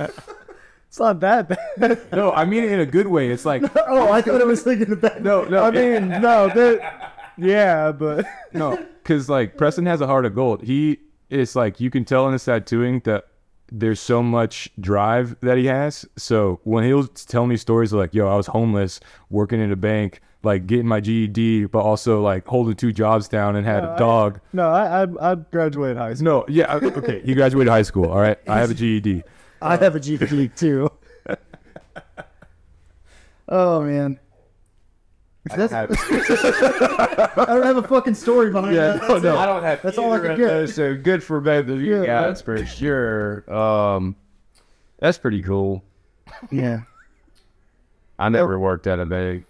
Speaker 2: it's not that bad.
Speaker 1: No, I mean it in a good way. It's like
Speaker 3: Oh, I thought it was thinking about
Speaker 1: No, no.
Speaker 2: I mean, no, that. Yeah, but
Speaker 1: no, because like Preston has a heart of gold. He it's like you can tell in his tattooing that there's so much drive that he has. So when he'll tell me stories of like, "Yo, I was homeless, working in a bank, like getting my GED, but also like holding two jobs down and had a dog."
Speaker 2: no, I I, I graduated high school.
Speaker 1: Uh, no, yeah, I- okay. He graduated high school. All right, I have a E GED.
Speaker 3: I have a GP too. Oh man. That's, I, don't have a fucking story behind
Speaker 1: Yeah,
Speaker 3: that.
Speaker 1: no, no.
Speaker 4: I don't
Speaker 3: Oh,
Speaker 4: have.
Speaker 3: That's all I
Speaker 4: either
Speaker 3: could
Speaker 4: of
Speaker 3: get.
Speaker 4: those, so good for both of you
Speaker 3: Yeah.
Speaker 4: guys for sure. Um, that's pretty cool.
Speaker 3: Yeah.
Speaker 4: I never worked at a bank.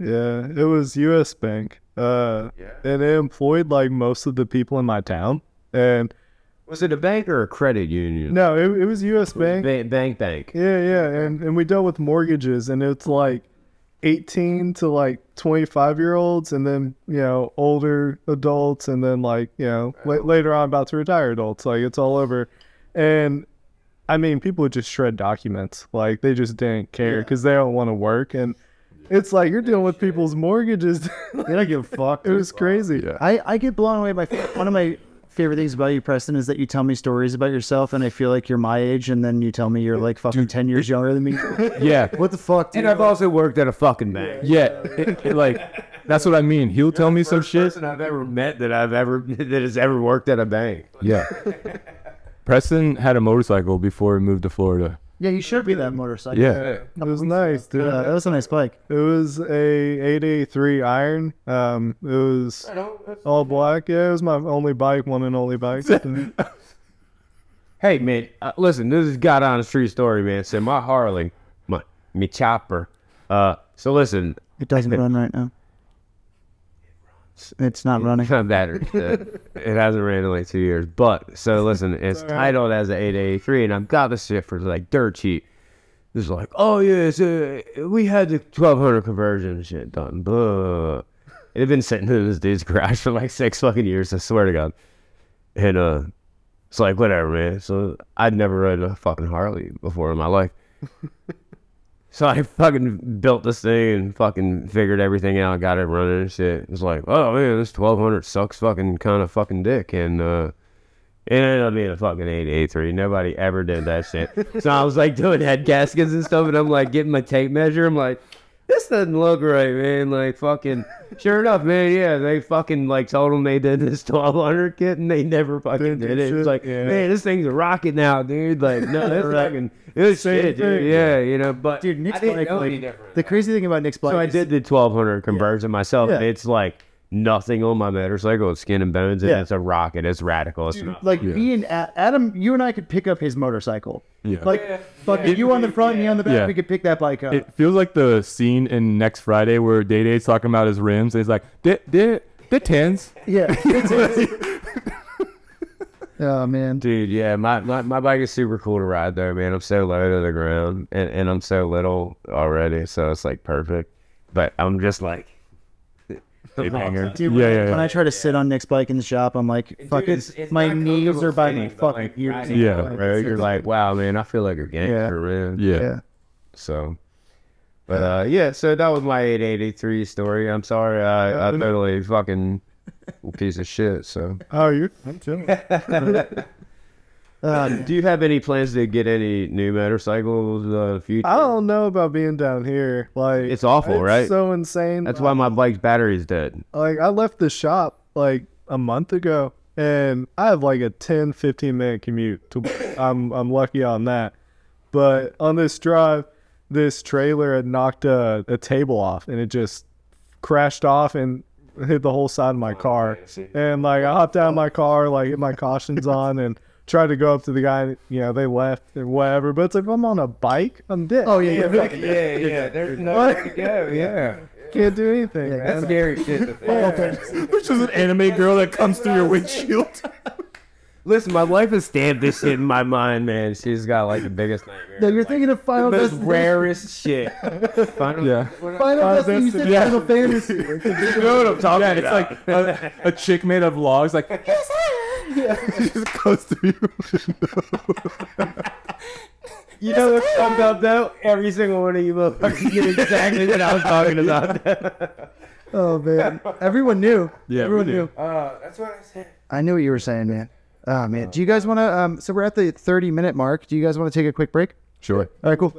Speaker 2: Yeah, it was U.S. Bank. Uh, and it employed like most of the people in my town. And
Speaker 4: Was it a bank or a credit union?
Speaker 2: no, it, it was U.S. Bank.
Speaker 4: Ba- bank, bank.
Speaker 2: Yeah, yeah, and and we dealt with mortgages, and it's like eighteen to like twenty five year olds, and then you know older adults, and then like you know la- later on about to retire adults. Like it's all over, and I mean people would just shred documents, like they just didn't care because they don't want to work, and it's like you're dealing with people's mortgages.
Speaker 3: They don't give a fuck.
Speaker 2: it was crazy. Yeah.
Speaker 3: I, I get blown away by one of my favorite things about you, Preston, is that you tell me stories about yourself and I feel like you're my age and then you tell me you're like fucking ten years younger than me.
Speaker 1: Yeah,
Speaker 3: What the fuck, dude?
Speaker 4: And I've also worked at a fucking bank.
Speaker 1: yeah. it- it, like that's what I mean. He'll tell me some shit.
Speaker 4: Person I've ever met that I've ever that has ever worked at a bank.
Speaker 1: Yeah. Preston had a motorcycle before he moved to Florida.
Speaker 3: yeah, you should be that motorcycle.
Speaker 1: Yeah.
Speaker 2: It was nice, dude.
Speaker 3: Uh, that was a nice bike.
Speaker 2: It was a 883 iron. Um, it was all black. Yeah, it was my only bike, one and only bike.
Speaker 4: Hey man, uh, listen, this is God honest true story, man. So my Harley, my me chopper. Uh, so listen,
Speaker 3: It doesn't run right now. It's not running.
Speaker 4: Not that uh, it hasn't ran in like two years. But so listen, it's titled as an 883, and I've got this shit for like dirt cheap. It's like, oh yeah, it's uh we had the 1200 conversion shit done. Blah. It had been sitting in this dude's garage for like six fucking years. I swear to God. And uh, it's like whatever, man. So I'd never rode a fucking Harley before in my life. So I fucking built this thing and fucking figured everything out, got it running and shit. It was like, oh man, this twelve hundred sucks fucking kind of fucking dick, and uh, it ended up being a fucking eight eight three. Nobody ever did that shit. so I was like doing head gaskets and stuff, and I'm like getting my tape measure. I'm like, this doesn't look right, man. Like fucking. Sure enough, man. Yeah, they fucking like told them they did this 1200 kit, and they never fucking
Speaker 2: Didn't do
Speaker 4: did it.
Speaker 2: shit,
Speaker 4: It's like,
Speaker 2: yeah.
Speaker 4: man, this thing's a rocket now, dude. Like, no, that's fucking. It was
Speaker 2: Same
Speaker 4: shit, dude.
Speaker 2: thing.
Speaker 4: Yeah, you know, but
Speaker 3: Dude, Nick's
Speaker 4: I didn't
Speaker 3: bike,
Speaker 4: know
Speaker 3: like,
Speaker 4: any different.
Speaker 3: the crazy thing about Nick's bike.
Speaker 4: So I
Speaker 3: is-
Speaker 4: did the 1200 conversion myself.
Speaker 3: Yeah.
Speaker 4: and It's like nothing on my motorcycle. It's skin and bones, and
Speaker 3: Yeah.
Speaker 4: it's a rocket. It's radical. It's not.
Speaker 3: Like me and A- Adam, you and I could pick up his motorcycle.
Speaker 1: Yeah.
Speaker 3: Like fucking you on the front, and me on the back.
Speaker 1: Yeah.
Speaker 3: We could pick that bike up.
Speaker 1: It feels like the scene in Next Friday where Day Day's talking about his rims and he's like, they're, they're, they're tens.
Speaker 3: yeah. oh man.
Speaker 4: Dude, yeah, my, my, my bike is super cool to ride though, man. I'm so low to the ground and, and I'm so little already, so it's like perfect. But I'm just like hanger.
Speaker 3: Dude,
Speaker 1: Yeah, yeah, yeah.
Speaker 3: When I try to sit on Nick's bike in the shop, I'm like, fucking, my knees are by my fucking ears.
Speaker 1: Yeah.
Speaker 4: Yeah, bro, you're like, wow, man, I feel like a gangster, man.
Speaker 1: Yeah.
Speaker 3: Yeah.
Speaker 4: So, but uh, yeah, so that was my 883 story. I'm sorry, I, I totally fucking piece of shit. So,
Speaker 2: Oh, you're. I'm chilling.
Speaker 3: Uh,
Speaker 4: do you have any plans to get any new motorcycles uh, in the future?
Speaker 2: I don't know about being down here. Like
Speaker 4: It's awful,
Speaker 2: it's
Speaker 4: right?
Speaker 2: So insane.
Speaker 4: That's why my bike's battery's dead.
Speaker 2: like I left the shop like a month ago and I have like a 10 15 minute commute to I'm I'm lucky on that. But on this drive this trailer had knocked a, a table off and it just crashed off and hit the whole side of my car. And like I hopped out of my car, like hit my cautions on and tried to go up to the guy, you know, they left and whatever. But it's like if I'm on a bike, I'm dead.
Speaker 3: oh yeah, yeah. fucking-
Speaker 4: Yeah, yeah, there's nowhere to go. Yeah,
Speaker 2: Can't do anything. man.
Speaker 4: that's scary shit.
Speaker 1: Which is an anime girl that comes through your windshield.
Speaker 4: Listen, my wife has stamped this shit in my mind, man. She's got like the biggest nightmare.
Speaker 3: No, you're thinking of Final
Speaker 4: most
Speaker 3: Destination.
Speaker 4: rarest shit. Final-
Speaker 1: Yeah.
Speaker 3: Final Destination. You said
Speaker 1: Yeah.
Speaker 3: Final Fantasy.
Speaker 1: You know what I'm talking yeah, about? It's like a, a chick made of logs, like, she just goes through your
Speaker 4: You know what's fucked up though? Every single one of you motherfuckers knew exactly what I was talking about.
Speaker 3: Oh man, everyone knew.
Speaker 1: Yeah,
Speaker 3: everyone
Speaker 1: we
Speaker 3: knew.
Speaker 1: knew.
Speaker 4: Uh, that's what I said.
Speaker 3: I knew what you were saying, man. Oh man, do you guys want to? Um, so we're at the 30 minute mark. Do you guys want to take a quick break?
Speaker 1: Sure.
Speaker 3: All right, cool.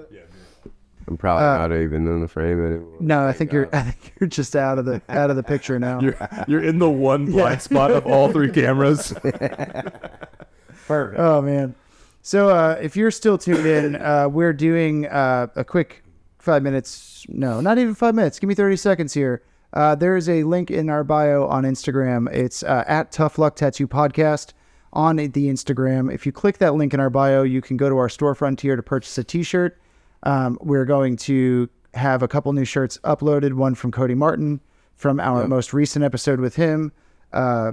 Speaker 4: I'm probably
Speaker 3: Uh,
Speaker 4: not even in the frame anymore.
Speaker 3: No, I think you're. I think you're just out of the out of the picture now.
Speaker 1: You're, you're in the one blind spot of all three cameras.
Speaker 4: Perfect.
Speaker 3: Oh man. So uh, if you're still tuned in, uh, we're doing uh, a quick five minutes. No, not even five minutes. Give me 30 seconds here. Uh, there is a link in our bio on Instagram. It's uh, at Tough Luck Tattoo Podcast on the Instagram. If you click that link in our bio, you can go to our storefront tier to purchase a T-shirt. Um, we're going to have a couple new shirts uploaded. One from Cody Martin from our most recent episode with him. Uh,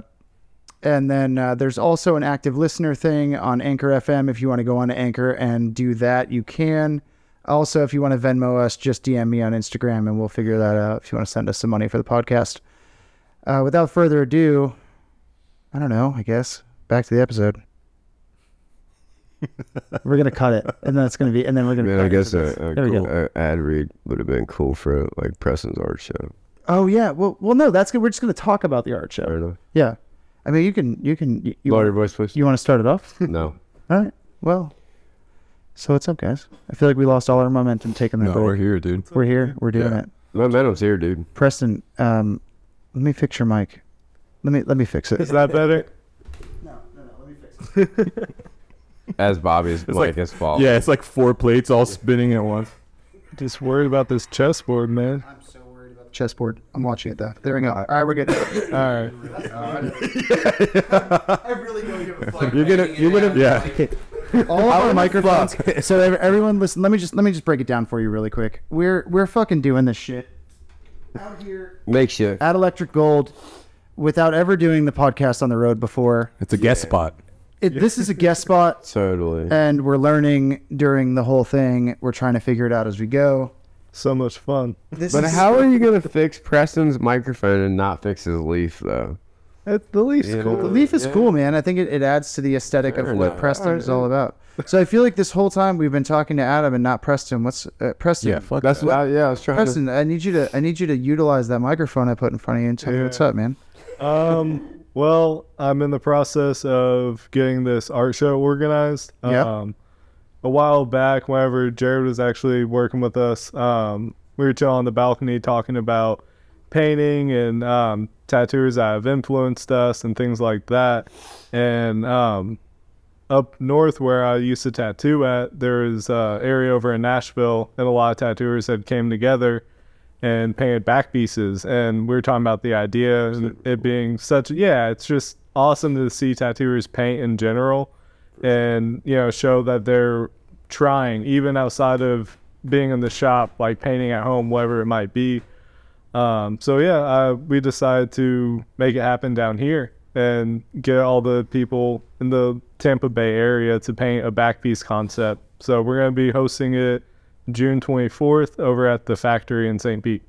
Speaker 3: and then uh, there's also an active listener thing on Anchor FM. If you want to go on to Anchor and do that, you can. Also, if you want to Venmo us, just DM me on Instagram and we'll figure that out. If you want to send us some money for the podcast. Uh, without further ado, I don't know, I guess, back to the episode. we're going to cut it. And then it's going to be, and then we're going to.
Speaker 4: Man, I guess a, a
Speaker 3: There we
Speaker 4: cool a ad read would have been cool for like Preston's art show.
Speaker 3: Oh, yeah. Well, well, no, that's good. We're just going to talk about the art
Speaker 4: Fair
Speaker 3: show.
Speaker 4: enough.
Speaker 3: Yeah. I mean, you can, you can, you,
Speaker 4: Lower your voice, please.
Speaker 3: you want to start it off?
Speaker 4: no.
Speaker 3: All right. Well, so what's up, guys? I feel like we lost all our momentum taking that
Speaker 1: No,
Speaker 3: break.
Speaker 1: we're
Speaker 3: We're here.
Speaker 1: here, dude.
Speaker 3: We're, doing
Speaker 1: Yeah.
Speaker 3: it.
Speaker 4: Momentum's here, dude.
Speaker 3: Preston, um, let me fix your mic. Let me let me fix it.
Speaker 2: Is that better?
Speaker 4: As Bobby's like,
Speaker 1: like-
Speaker 4: his fault.
Speaker 1: Yeah, it's like four plates all spinning at once.
Speaker 2: Just worried about this chessboard, man.
Speaker 3: I'm so worried about the chessboard. I'm watching it though. There we go. All right, we're good.
Speaker 2: All right.
Speaker 3: I really don't give a
Speaker 1: You're gonna, you're gonna, yeah.
Speaker 3: all of our microphones. so ev- everyone, listen. Let me just let me just break it down for you really quick. We're we're fucking doing this shit out here
Speaker 4: Make sure.
Speaker 3: at Electric Gold without ever doing the podcast on the road before.
Speaker 1: It's a guest spot.
Speaker 3: It, this is a guest spot.
Speaker 4: Totally.
Speaker 3: and we're learning during the whole thing. We're trying to figure it out as we go.
Speaker 2: So much fun.
Speaker 3: This
Speaker 4: But
Speaker 3: is
Speaker 4: how are you gonna fix Preston's microphone and not fix his leaf though?
Speaker 2: At the least
Speaker 4: Yeah.
Speaker 2: cool.
Speaker 3: the leaf is cool, man. I think it, it adds to the aesthetic
Speaker 4: Fair
Speaker 3: of what
Speaker 4: enough.
Speaker 3: Preston
Speaker 4: Alright,
Speaker 3: is all about. So I feel like this whole time we've been talking to Adam and not Preston. What's uh, Preston?
Speaker 1: Yeah, fuck
Speaker 4: That's
Speaker 1: that.
Speaker 4: what. I, yeah, I was trying
Speaker 3: Preston, I need you to I need you to utilize that microphone I put in front of you and tell me what's up, man.
Speaker 2: Um, well, I'm in the process of getting this art show organized.
Speaker 3: Yeah.
Speaker 2: Um, a while back, whenever Jared was actually working with us, um, we were chilling on the balcony talking about painting and um, tattoos that have influenced us and things like that. And um, up north where I used to tattoo at, there was an area over in Nashville, and a lot of tattooers had came together and painted back pieces. And we were talking about the idea and it being such. Yeah, it's just awesome to see tattooers paint in general, and you know show that they're trying even outside of being in the shop, like painting at home, whatever it might be. Um, so yeah, uh, we decided to make it happen down here and get all the people in the Tampa Bay area to paint a back piece concept. So we're going to be hosting it June 24th over at the factory in St. Pete.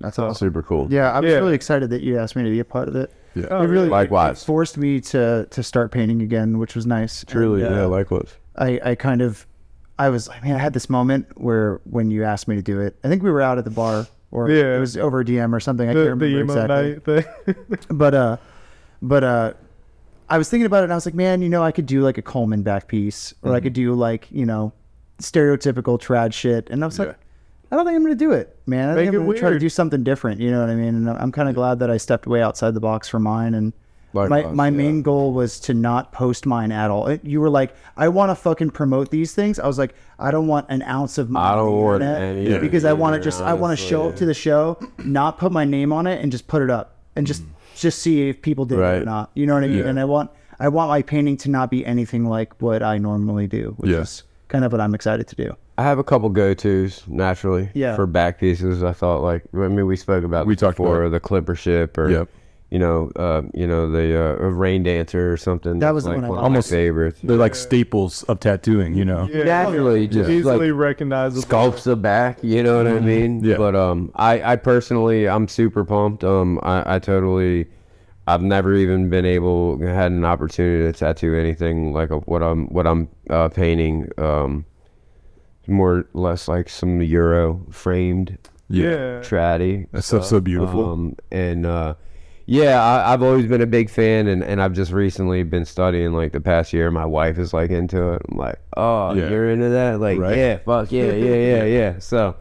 Speaker 3: That's awesome.
Speaker 5: Super cool.
Speaker 3: Yeah, I was
Speaker 2: Yeah.
Speaker 3: really excited that you asked me to be a part of it.
Speaker 5: Yeah.
Speaker 3: It really
Speaker 5: Likewise.
Speaker 3: forced me to to start painting again, which was nice.
Speaker 5: Truly.
Speaker 3: And, uh,
Speaker 5: Yeah. Likewise.
Speaker 3: I, I kind of, I was, I mean, I had this moment where when you asked me to do it, I think we were out at the bar or
Speaker 2: Yeah.
Speaker 3: it was over DM or something. I
Speaker 2: The,
Speaker 3: can't
Speaker 2: the
Speaker 3: remember
Speaker 2: emo
Speaker 3: exactly.
Speaker 2: night thing.
Speaker 3: But, uh, but, uh, I was thinking about it and I was like, man, you know, I could do like a Coleman back piece or
Speaker 4: Mm-hmm.
Speaker 3: I could do like, you know, stereotypical trad shit. And I was like, I don't think I'm going to do it, man. I
Speaker 2: Make
Speaker 3: think I'm
Speaker 2: it
Speaker 3: going to try to
Speaker 2: weird.
Speaker 3: do something different. You know what I mean? And I'm- I'm kind of glad that I stepped way outside the box for mine. And my,
Speaker 5: Likewise,
Speaker 3: my
Speaker 5: yeah.
Speaker 3: main goal was to not post mine at all. It, you were like, I want to fucking promote these things. I was like, I don't want an ounce of mine
Speaker 4: I
Speaker 3: on
Speaker 4: don't
Speaker 3: the
Speaker 4: want
Speaker 3: internet
Speaker 4: any of
Speaker 3: because I
Speaker 4: it
Speaker 3: want to
Speaker 4: either,
Speaker 3: just I want to
Speaker 4: honestly.
Speaker 3: show up to the show, not put my name on it, and just put it up and just just see if people did it or
Speaker 5: Mm. Right.
Speaker 3: not. You know what I mean? And I want I want my painting to not be anything like what I normally do, which
Speaker 5: Yeah.
Speaker 3: is kind of what I'm excited to do.
Speaker 4: I have a couple go tos naturally.
Speaker 3: Yeah.
Speaker 4: For back pieces, I thought like I mean we spoke about
Speaker 5: We
Speaker 4: this
Speaker 5: talked about
Speaker 4: before
Speaker 5: it.
Speaker 4: the clipper ship or
Speaker 5: Yep.
Speaker 4: you know uh, you know the uh, a rain dancer or something.
Speaker 3: That
Speaker 4: That's,
Speaker 3: was the
Speaker 4: like
Speaker 3: one I
Speaker 4: one of
Speaker 3: liked.
Speaker 4: my
Speaker 1: Almost-
Speaker 4: favorites.
Speaker 1: They're like staples of tattooing, you know.
Speaker 2: Yeah.
Speaker 4: Naturally, just
Speaker 2: Easily
Speaker 4: like
Speaker 2: recognizable.
Speaker 4: sculpts the back. You know what I mean?
Speaker 5: Mm-hmm. Yeah.
Speaker 4: But um, I I personally I'm super pumped. Um, I I totally. I've never even been able had an opportunity to tattoo anything like a, what I'm what I'm uh, painting. Um, more or less like some Euro framed
Speaker 2: Yeah.
Speaker 4: tratty.
Speaker 1: That stuff's so beautiful.
Speaker 5: Uh-huh.
Speaker 4: Um, and uh, yeah, I, I've always been a big fan, and, and I've just recently been studying like the past year. My wife is like into it. I'm like, oh,
Speaker 5: Yeah.
Speaker 4: you're into that? Like,
Speaker 5: Right.
Speaker 4: yeah, fuck yeah, yeah, yeah, yeah. So,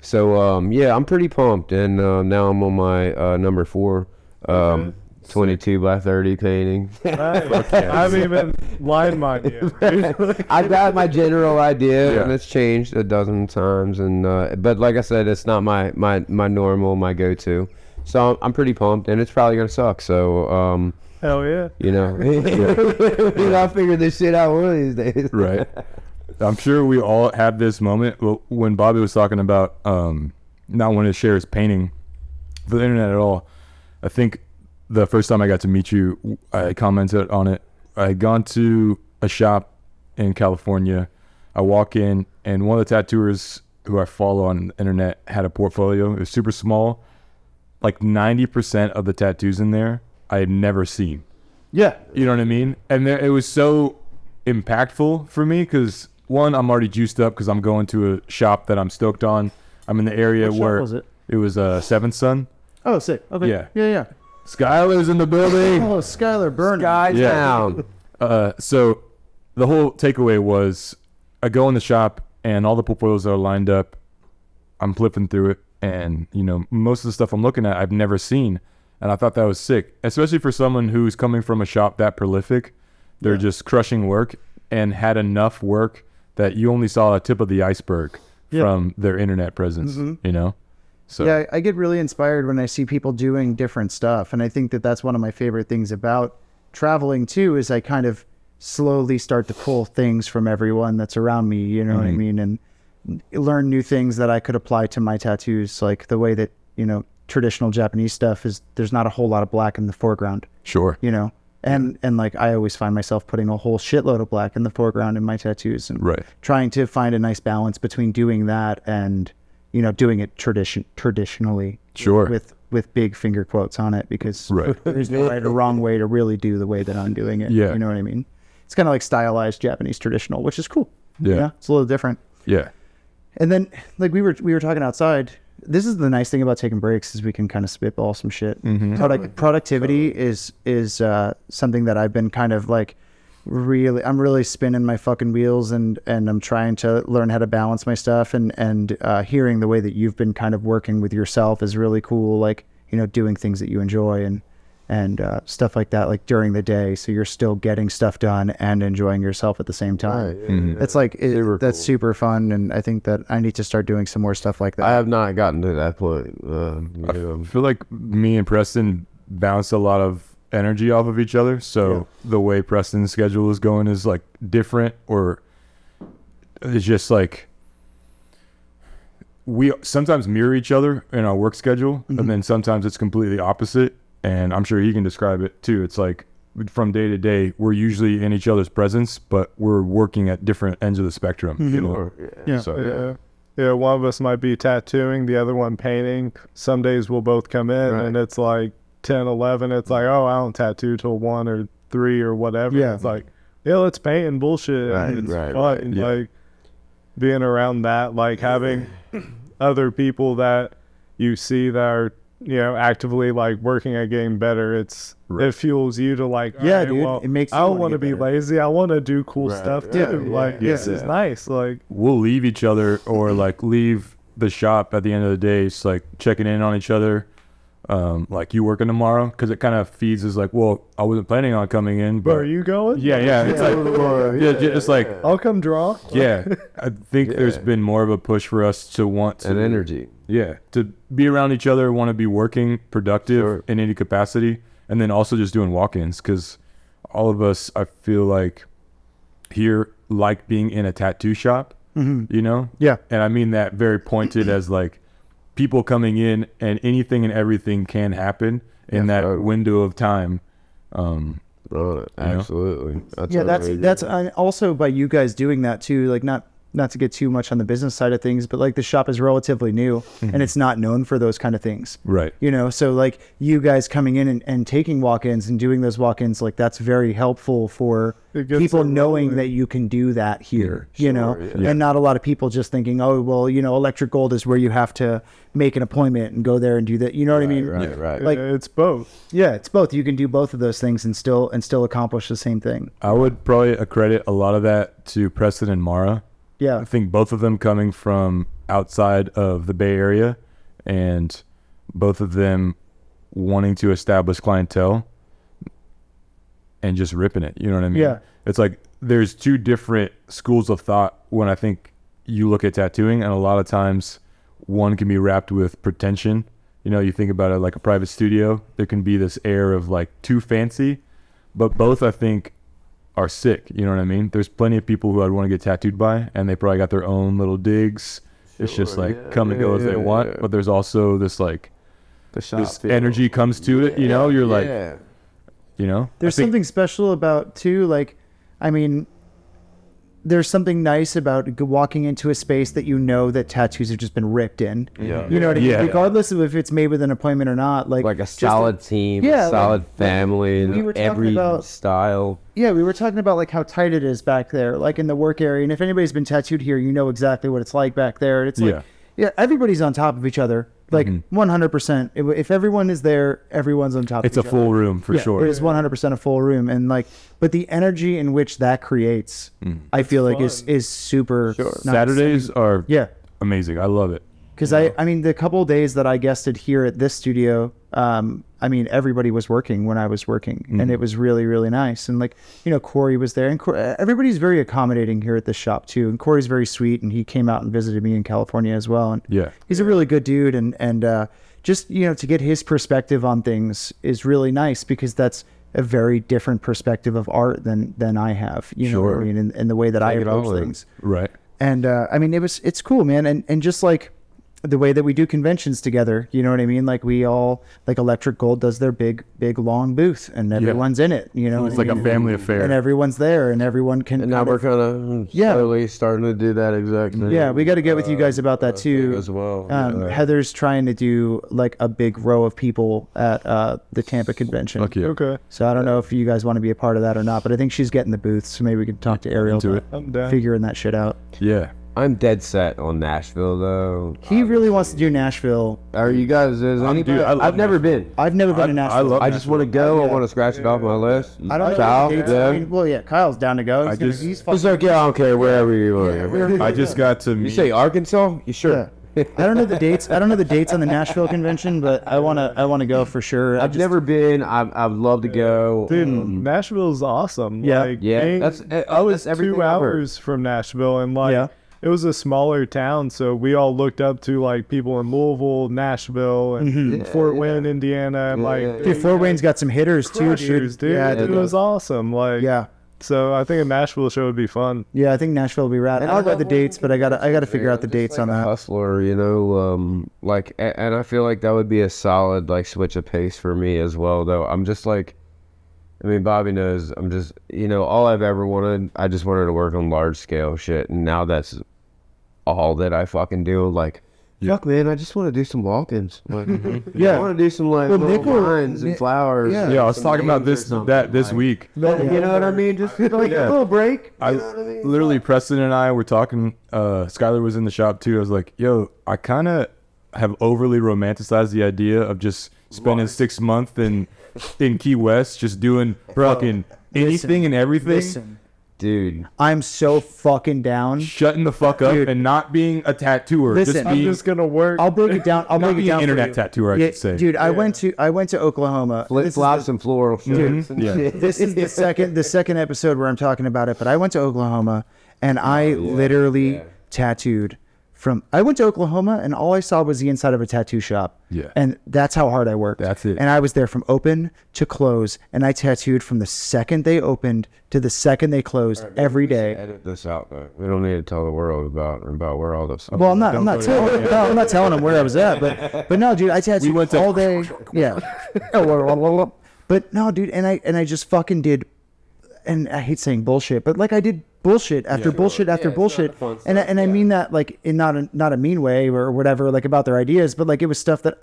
Speaker 4: so um, yeah, I'm pretty pumped, and uh, now I'm on my uh, number four. Um, 22 by 30 painting.
Speaker 2: Nice. I haven't even lined mine yet.
Speaker 4: I got my general idea,
Speaker 5: Yeah.
Speaker 4: and it's changed a dozen times. And uh, but like I said, it's not my my my normal, my go-to. So I'm, I'm pretty pumped, and it's probably gonna suck. So um,
Speaker 2: Hell yeah.
Speaker 4: you know, I'll figure this shit out one of these days.
Speaker 1: right? I'm sure we all had this moment Well, when Bobby was talking about um, not wanting to share his painting for the internet at all. I think the first time I got to meet you, I commented on it. I had gone to a shop in California. I walk in, and one of the tattooers who I follow on the internet had a portfolio. It was super small. Like 90% of the tattoos in there I had never seen.
Speaker 3: Yeah,
Speaker 1: You know what I mean? And there, it was so impactful for me because one, I'm already juiced up because I'm going to a shop that I'm stoked on. I'm in the area
Speaker 3: What shop
Speaker 1: where
Speaker 3: was it?
Speaker 1: was uh, Seventh Son.
Speaker 3: Oh, sick. Okay.
Speaker 1: Yeah.
Speaker 3: Yeah. Yeah.
Speaker 1: Skylar's in the building.
Speaker 3: Oh, Skylar Burnham.
Speaker 4: Guys
Speaker 1: Yeah.
Speaker 4: down.
Speaker 1: uh, so the whole takeaway was, I go in the shop and all the portfolios are lined up. I'm flipping through it, and you know most of the stuff I'm looking at I've never seen, and I thought that was sick, especially for someone who's coming from a shop that prolific. They're just crushing work and had enough work that you only saw the tip of the iceberg
Speaker 3: Yeah.
Speaker 1: from their internet presence. You know, so
Speaker 3: Yeah, I get really inspired when I see people doing different stuff, and I think that that's one of my favorite things about traveling too. Is I kind of slowly start to pull things from everyone that's around me. You know what I mean? And learn new things that I could apply to my tattoos, like the way that you know traditional Japanese stuff is. There's not a whole lot of black in the foreground.
Speaker 1: sure,
Speaker 3: You know. And, and like I always find myself putting a whole shitload of black in the foreground in my tattoos and
Speaker 1: right,
Speaker 3: trying to find a nice balance between doing that and you know doing it tradition traditionally
Speaker 1: Sure.
Speaker 3: with with big finger quotes on it because
Speaker 1: Right.
Speaker 3: there's no right or wrong way to really do the way that I'm doing it
Speaker 1: Yeah.
Speaker 3: you know what I mean it's kind of like stylized Japanese traditional which is cool
Speaker 1: Yeah.
Speaker 3: it's a little different
Speaker 1: yeah,
Speaker 3: and then like we were we were talking outside this is the nice thing about taking breaks is we can kind of spitball some shit product productivity is is uh something that i've been kind of like really I'm really spinning my fucking wheels and and I'm trying to learn how to balance my stuff and and uh, hearing the way that you've been kind of working with yourself is really cool like you know doing things that you enjoy and and uh, stuff like that like during the day so you're still getting stuff done and enjoying yourself at the same time it's like it, that's super fun and I think that I need to start doing some more stuff like that
Speaker 4: I have not gotten to that point. Uh, you
Speaker 1: I feel like me and Preston bounce a lot of energy off of each other. So the way Preston's schedule is going is like different, or it's just like we sometimes mirror each other in our work schedule, and then sometimes it's completely opposite. And I'm sure he can describe it too. It's like from day to day, we're usually in each other's presence, but we're working at different ends of the spectrum. You know?
Speaker 3: Yeah.
Speaker 1: So,
Speaker 2: Yeah. Yeah, one of us might be tattooing, the other one painting. Some days we'll both come in and it's like 10, 11. It's like, oh, I don't tattoo till 1 or 3 or whatever.
Speaker 3: Yeah.
Speaker 2: It's like, yeah, let's paint and bullshit.
Speaker 4: Right,
Speaker 2: it's
Speaker 4: right,
Speaker 2: fun.
Speaker 4: right.
Speaker 1: Yeah.
Speaker 2: Like, being around that, like having other people that you see that are, you know, actively like working at getting better. It's, it
Speaker 1: Right.
Speaker 2: fuels you to like,
Speaker 3: Yeah,
Speaker 2: alright,
Speaker 3: dude,
Speaker 2: well,
Speaker 3: it makes
Speaker 2: I
Speaker 3: you
Speaker 2: don't
Speaker 3: wanna
Speaker 2: want to
Speaker 3: get
Speaker 2: be
Speaker 3: better.
Speaker 2: lazy. I want to do cool
Speaker 4: Right,
Speaker 2: stuff
Speaker 4: right,
Speaker 2: too.
Speaker 4: yeah,
Speaker 2: like,
Speaker 4: yeah.
Speaker 2: this is
Speaker 4: Yeah.
Speaker 2: nice. Like,
Speaker 1: we'll leave each other or like leave the shop at the end of the day just like checking in on each other um like you working tomorrow because it kind of feeds as like well i wasn't planning on coming in but
Speaker 2: Bro, are you going?
Speaker 1: yeah yeah it's like yeah, ju- just like
Speaker 2: I'll come draw.
Speaker 1: yeah i think there's
Speaker 4: Yeah.
Speaker 1: been more of a push for us to want to
Speaker 4: an energy.
Speaker 1: yeah to be around each other want to be working productive
Speaker 4: Sure.
Speaker 1: in any capacity and then also just doing walk-ins because all of us i feel like here like being in a tattoo shop you know
Speaker 3: yeah
Speaker 1: and I mean that very pointed as like people coming in and anything and everything can happen in that
Speaker 4: totally.
Speaker 1: window of time. Um,
Speaker 4: Love it.
Speaker 1: know?
Speaker 4: Absolutely.
Speaker 3: yeah that's that's uh, also by you guys doing that too like not not to get too much on the business side of things but like the shop is relatively new and it's not known for those kind of things
Speaker 1: right.
Speaker 3: you know so like you guys coming in and, and taking walk-ins and doing those walk-ins like that's very helpful for
Speaker 2: It gets
Speaker 3: people
Speaker 2: it
Speaker 3: knowing
Speaker 2: rolling.
Speaker 3: that you can do that here you know
Speaker 4: Sure, yeah.
Speaker 3: and not a lot of people just thinking oh well you know electric gold is where you have to make an appointment and go there and do that you know what i mean
Speaker 4: right, right.
Speaker 3: Like-
Speaker 2: it's both.
Speaker 3: yeah it's both you can do both of those things and still and still accomplish the same thing
Speaker 1: I would probably accredit a lot of that to Preston and Mara.
Speaker 3: yeah
Speaker 1: I think both of them coming from outside of the Bay Area and both of them wanting to establish clientele and just ripping it. You know what I mean?
Speaker 3: Yeah.
Speaker 1: It's like there's two different schools of thought when I think you look at tattooing, and a lot of times one can be wrapped with pretension. You know, you think about it like a private studio, there can be this air of like too fancy, but both I think are sick. You know what I mean? There's plenty of people who I'd want to get tattooed by, and they probably got their own little digs. it's just
Speaker 4: Sure,
Speaker 1: like
Speaker 4: yeah,
Speaker 1: come and
Speaker 4: yeah,
Speaker 1: go as
Speaker 4: yeah,
Speaker 1: they want,
Speaker 4: yeah.
Speaker 1: but there's also this like
Speaker 4: the
Speaker 1: this energy comes to it. You know, you're like
Speaker 4: yeah.
Speaker 1: you know
Speaker 3: there's
Speaker 1: I think-
Speaker 3: something special about too like i mean there's something nice about g- walking into a space that you know that tattoos have just been ripped in
Speaker 4: Yeah.
Speaker 3: you know what i mean
Speaker 1: Yeah.
Speaker 3: regardless of if it's made with an appointment or not like
Speaker 4: like a
Speaker 3: just the-
Speaker 4: solid team,
Speaker 3: Yeah,
Speaker 4: yeah,
Speaker 3: like-
Speaker 4: solid family,
Speaker 3: we were talking
Speaker 4: every
Speaker 3: about-
Speaker 4: style.
Speaker 3: Yeah, we were talking about like how tight it is back there, like in the work area. And if anybody's been tattooed here, you know exactly what it's like back there. It's like, yeah,
Speaker 1: Yeah. Mm-hmm.
Speaker 3: everybody's on top of each other, like 100. percent If everyone is there, everyone's on top.
Speaker 1: it's a
Speaker 3: of each
Speaker 1: full room for
Speaker 3: other. Yeah,
Speaker 1: sure.
Speaker 3: It is 100 percent a full room, and like, but the energy in which that creates, I feel like is
Speaker 2: fun.
Speaker 3: is super nice.
Speaker 1: Saturdays are
Speaker 3: Yeah,
Speaker 1: amazing. I love it.
Speaker 3: because I, I mean, the couple days that I guested here at this studio, um, I mean, everybody was working when I was working, and it was really, really nice. And like, you know, Corey was there, and Cor- e, everybody's very accommodating here at this shop too. And Corey's very sweet, and he came out and visited me in California as well. And
Speaker 1: Yeah.
Speaker 3: he's a really good dude, and and uh, just you know, to get his perspective on things is really nice because that's a very different perspective of art than than I have. You know, what I
Speaker 4: Sure.
Speaker 3: mean, and, and the way that I
Speaker 4: Take it all
Speaker 3: approach
Speaker 4: in.
Speaker 3: things
Speaker 1: Right.
Speaker 3: and uh, I mean it was it's cool, man, and and just like the way that we do conventions together, you know what I mean? Like we all like Electric Gold does their big big long booth, and everyone's in it, you know.
Speaker 1: It's
Speaker 3: what I
Speaker 1: like a
Speaker 4: Mm-hmm.
Speaker 3: mean?
Speaker 1: family affair.
Speaker 3: and everyone's there, and everyone can.
Speaker 4: And now
Speaker 3: kind
Speaker 4: we're
Speaker 3: of-
Speaker 4: kind of
Speaker 3: Yeah.
Speaker 4: slowly starting to do that exact thing.
Speaker 3: yeah, we got to get with you guys about
Speaker 4: Uh,
Speaker 3: that too.
Speaker 4: as well,
Speaker 3: um,
Speaker 4: yeah.
Speaker 3: Heather's trying to do like a big row of people at uh, the Tampa convention.
Speaker 1: Fuck yeah.
Speaker 2: Okay.
Speaker 3: So I don't know if you guys want to be a part of that or not, but I think she's getting the booth, so maybe we can talk to Ariel
Speaker 1: Into
Speaker 3: about
Speaker 1: it.
Speaker 2: I'm down.
Speaker 3: figuring that shit out.
Speaker 1: Yeah.
Speaker 4: I'm dead set on Nashville though.
Speaker 3: He really wants to do Nashville.
Speaker 4: Are you guys? Is anybody?
Speaker 1: dude, I love
Speaker 4: I've never been.
Speaker 3: I've never been to
Speaker 1: I- I
Speaker 3: Nashville.
Speaker 1: love-
Speaker 4: I just want to go. I want to scratch it off my list.
Speaker 3: I don't know.
Speaker 4: Sal,
Speaker 3: if it's-
Speaker 4: yeah.
Speaker 3: I mean, well, yeah, Kyle's down to go. He's, gonna,
Speaker 1: just-
Speaker 3: he's fucking,
Speaker 4: It's like, yeah, I don't care wherever you are.
Speaker 1: I just got to
Speaker 4: You
Speaker 1: meet.
Speaker 4: say Arkansas? You sure?
Speaker 3: I don't know the dates. I don't know the dates on the Nashville convention, but I wanna I wanna go for sure. I
Speaker 4: I've
Speaker 3: just,
Speaker 4: never been. I I would love to go.
Speaker 2: Dude, Nashville's awesome.
Speaker 3: Yeah.
Speaker 2: like,
Speaker 4: Mm. Yeah,
Speaker 2: Maine-
Speaker 4: that's- eh,
Speaker 2: I was
Speaker 4: that's everything
Speaker 2: two
Speaker 4: I've heard.
Speaker 2: hours from Nashville, and like
Speaker 3: Yeah.
Speaker 2: it was a smaller town, so we all looked up to like people in Louisville, Nashville, and Fort Wayne, Indiana, and like
Speaker 4: Mm-hmm. yeah, yeah.
Speaker 3: Dude, Fort Wayne's got some hitters too,
Speaker 2: crushers,
Speaker 3: dude.
Speaker 2: dude.
Speaker 3: Yeah,
Speaker 2: it
Speaker 3: dude.
Speaker 2: was awesome. Like
Speaker 3: yeah,
Speaker 2: so I think a Nashville show would be fun.
Speaker 3: yeah. I think Nashville will be rad. I don't know the dates, but I gotta I gotta figure out the dates on that.
Speaker 4: hustler, you know, um, like, a- and I feel like that would be a solid like switch of pace for me as well. Though I'm just like, I mean, Bobby knows I'm just, you know, all I've ever wanted. I just wanted to work on large scale shit, and now that's all that I fucking do. Like, fuck, man, I just want to do some walk-ins. Like,
Speaker 1: Mm-hmm.
Speaker 4: yeah, I want to do some like
Speaker 3: Well,
Speaker 4: little
Speaker 3: Nick will-
Speaker 4: vines and
Speaker 3: Nick-
Speaker 4: flowers.
Speaker 3: yeah.
Speaker 1: Yeah, I was talking about this that this week.
Speaker 4: You know what I mean? Just like a little break.
Speaker 1: I literally Preston and I were talking. Uh, Skylar was in the shop too. I was like, "Yo, I kind of have overly romanticized the idea of just spending six months in in Key West, just doing fucking anything and everything,
Speaker 3: Listen,
Speaker 4: Dude,
Speaker 3: I'm so fucking down.
Speaker 1: shutting the fuck up, and not being a tattooer.
Speaker 3: Listen,
Speaker 1: just
Speaker 3: I'm
Speaker 1: being,
Speaker 2: I'm just gonna work.
Speaker 3: I'll break it down. I'll
Speaker 1: not
Speaker 3: break it
Speaker 1: being
Speaker 3: down.
Speaker 1: an
Speaker 3: for
Speaker 1: internet
Speaker 3: you.
Speaker 1: tattooer, I
Speaker 3: Yeah,
Speaker 1: should say.
Speaker 3: dude, I went to I went to Oklahoma.
Speaker 4: flip
Speaker 3: This is
Speaker 4: flops and floral
Speaker 3: Mm-hmm.
Speaker 4: shirts. and
Speaker 1: Yeah.
Speaker 4: shit.
Speaker 3: this is the second the second episode where I'm talking about it, but I went to Oklahoma
Speaker 1: Oh,
Speaker 3: and I literally tattooed from I went to Oklahoma and all I saw was the inside of a tattoo shop.
Speaker 1: Yeah.
Speaker 3: And that's how hard I worked.
Speaker 1: That's it.
Speaker 3: And I was there from open to close and I tattooed from the second they opened to the second they closed every day.
Speaker 4: Edit this out. Though. We don't need to tell the world about about where all this.
Speaker 3: Well, I'm not. I'm not
Speaker 2: Oh,
Speaker 3: telling. No, I'm not telling them where I was at. But but no, dude, I tattooed
Speaker 1: went to-
Speaker 3: all day. yeah. but no, dude, and I and I just fucking did. And I hate saying bullshit, but like I did bullshit after bullshit after bullshit, and I, and I mean that like in not a not a mean way or whatever, like about their ideas, but like it was stuff that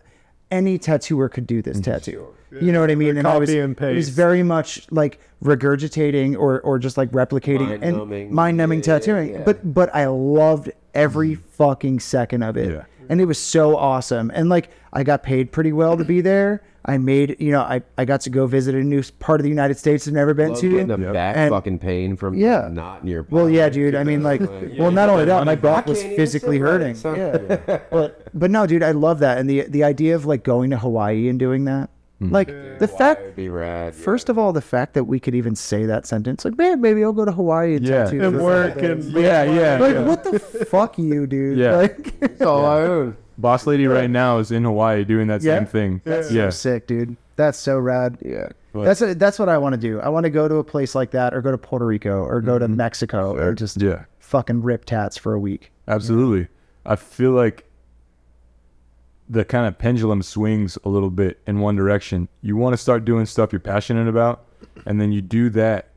Speaker 3: any tattooer could do this tattoo. You know what I mean? And I was,
Speaker 2: Mm-hmm. copy and
Speaker 3: it was
Speaker 2: paste.
Speaker 3: very much like regurgitating or or just like replicating and
Speaker 4: Mind-numbing.
Speaker 3: mind numbing
Speaker 4: Yeah, yeah,
Speaker 3: tattooing.
Speaker 4: yeah.
Speaker 3: But but I loved every fucking second of it.
Speaker 1: Mm. Yeah.
Speaker 3: And it was so awesome. And like I got paid pretty well to be there. I made, you know, I, I got to go visit a new s- part of the United States I've never been
Speaker 4: getting
Speaker 3: to.
Speaker 4: the back
Speaker 3: And-
Speaker 4: fucking pain from
Speaker 3: Yeah.
Speaker 4: not in your.
Speaker 3: Well, yeah, dude. I mean, like, well, not only that, my back was physically hurting. Yeah. but but no, dude, I love that. And the the idea of like going to Hawaii and doing that,
Speaker 1: Mm.
Speaker 3: like the fact.
Speaker 4: That'd be rad. yeah.
Speaker 3: First of all, the fact that we could even say that sentence, like, man, maybe I'll go to Hawaii and
Speaker 1: Yeah.
Speaker 3: tattoo.
Speaker 2: and
Speaker 3: for
Speaker 2: work
Speaker 3: five
Speaker 2: and
Speaker 3: days."
Speaker 1: yeah, yeah.
Speaker 3: Like,
Speaker 1: yeah.
Speaker 3: what the fuck, you dude?
Speaker 1: Yeah.
Speaker 3: Like,
Speaker 4: It's all I own.
Speaker 1: Boss lady right now is in Hawaii doing that
Speaker 3: Yeah.
Speaker 1: same thing.
Speaker 2: That's
Speaker 1: yeah,
Speaker 3: sick, dude. That's so rad.
Speaker 4: Yeah.
Speaker 3: That's a, that's what I want to do. I want to go to a place like that, or go to Puerto Rico, or go to Mexico, or just
Speaker 1: Mm-hmm. yeah.
Speaker 3: fucking rip tats for a week.
Speaker 1: Absolutely. I feel like the kind of pendulum swings a little bit in one direction. You want to start doing stuff you're passionate about, and then you do that,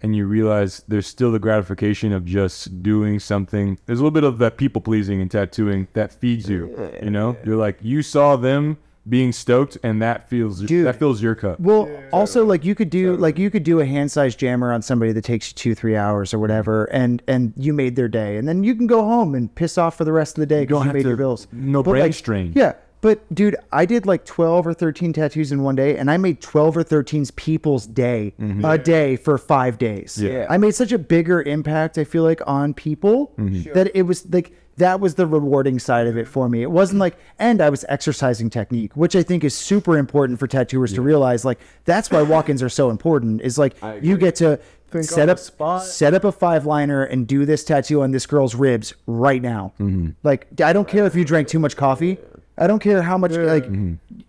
Speaker 1: and you realize there's still the gratification of just doing something. There's a little bit of that people pleasing and tattooing that feeds you. You know, you're like you saw them being stoked, and that feels
Speaker 3: Dude.
Speaker 1: that fills your cup.
Speaker 3: Well, also like you could do like you could do a hand sized jammer on somebody that takes you two three hours or whatever, and and you made their day, and then you can go home and piss off for the rest of the day because
Speaker 1: don't
Speaker 3: you
Speaker 1: have
Speaker 3: made your
Speaker 1: to-
Speaker 3: bills.
Speaker 1: no
Speaker 3: But,
Speaker 1: brain
Speaker 3: like,
Speaker 1: strain.
Speaker 3: Yeah, but dude, I did like twelve or thirteen tattoos in one day, and I made twelve or thirteen people's day a day for five days.
Speaker 1: Yeah.
Speaker 3: I made such a bigger impact. I feel like on people that it was like that was the rewarding side of it for me. It wasn't like, and I was exercising technique, which I think is super important for tattooers to realize. Like that's why walk-ins are so important. Is like you get to set
Speaker 2: on
Speaker 3: up
Speaker 2: the spot.
Speaker 3: set up a five liner and do this tattoo on this girl's ribs right now. Like I don't care if you drank too much coffee. I don't care how much like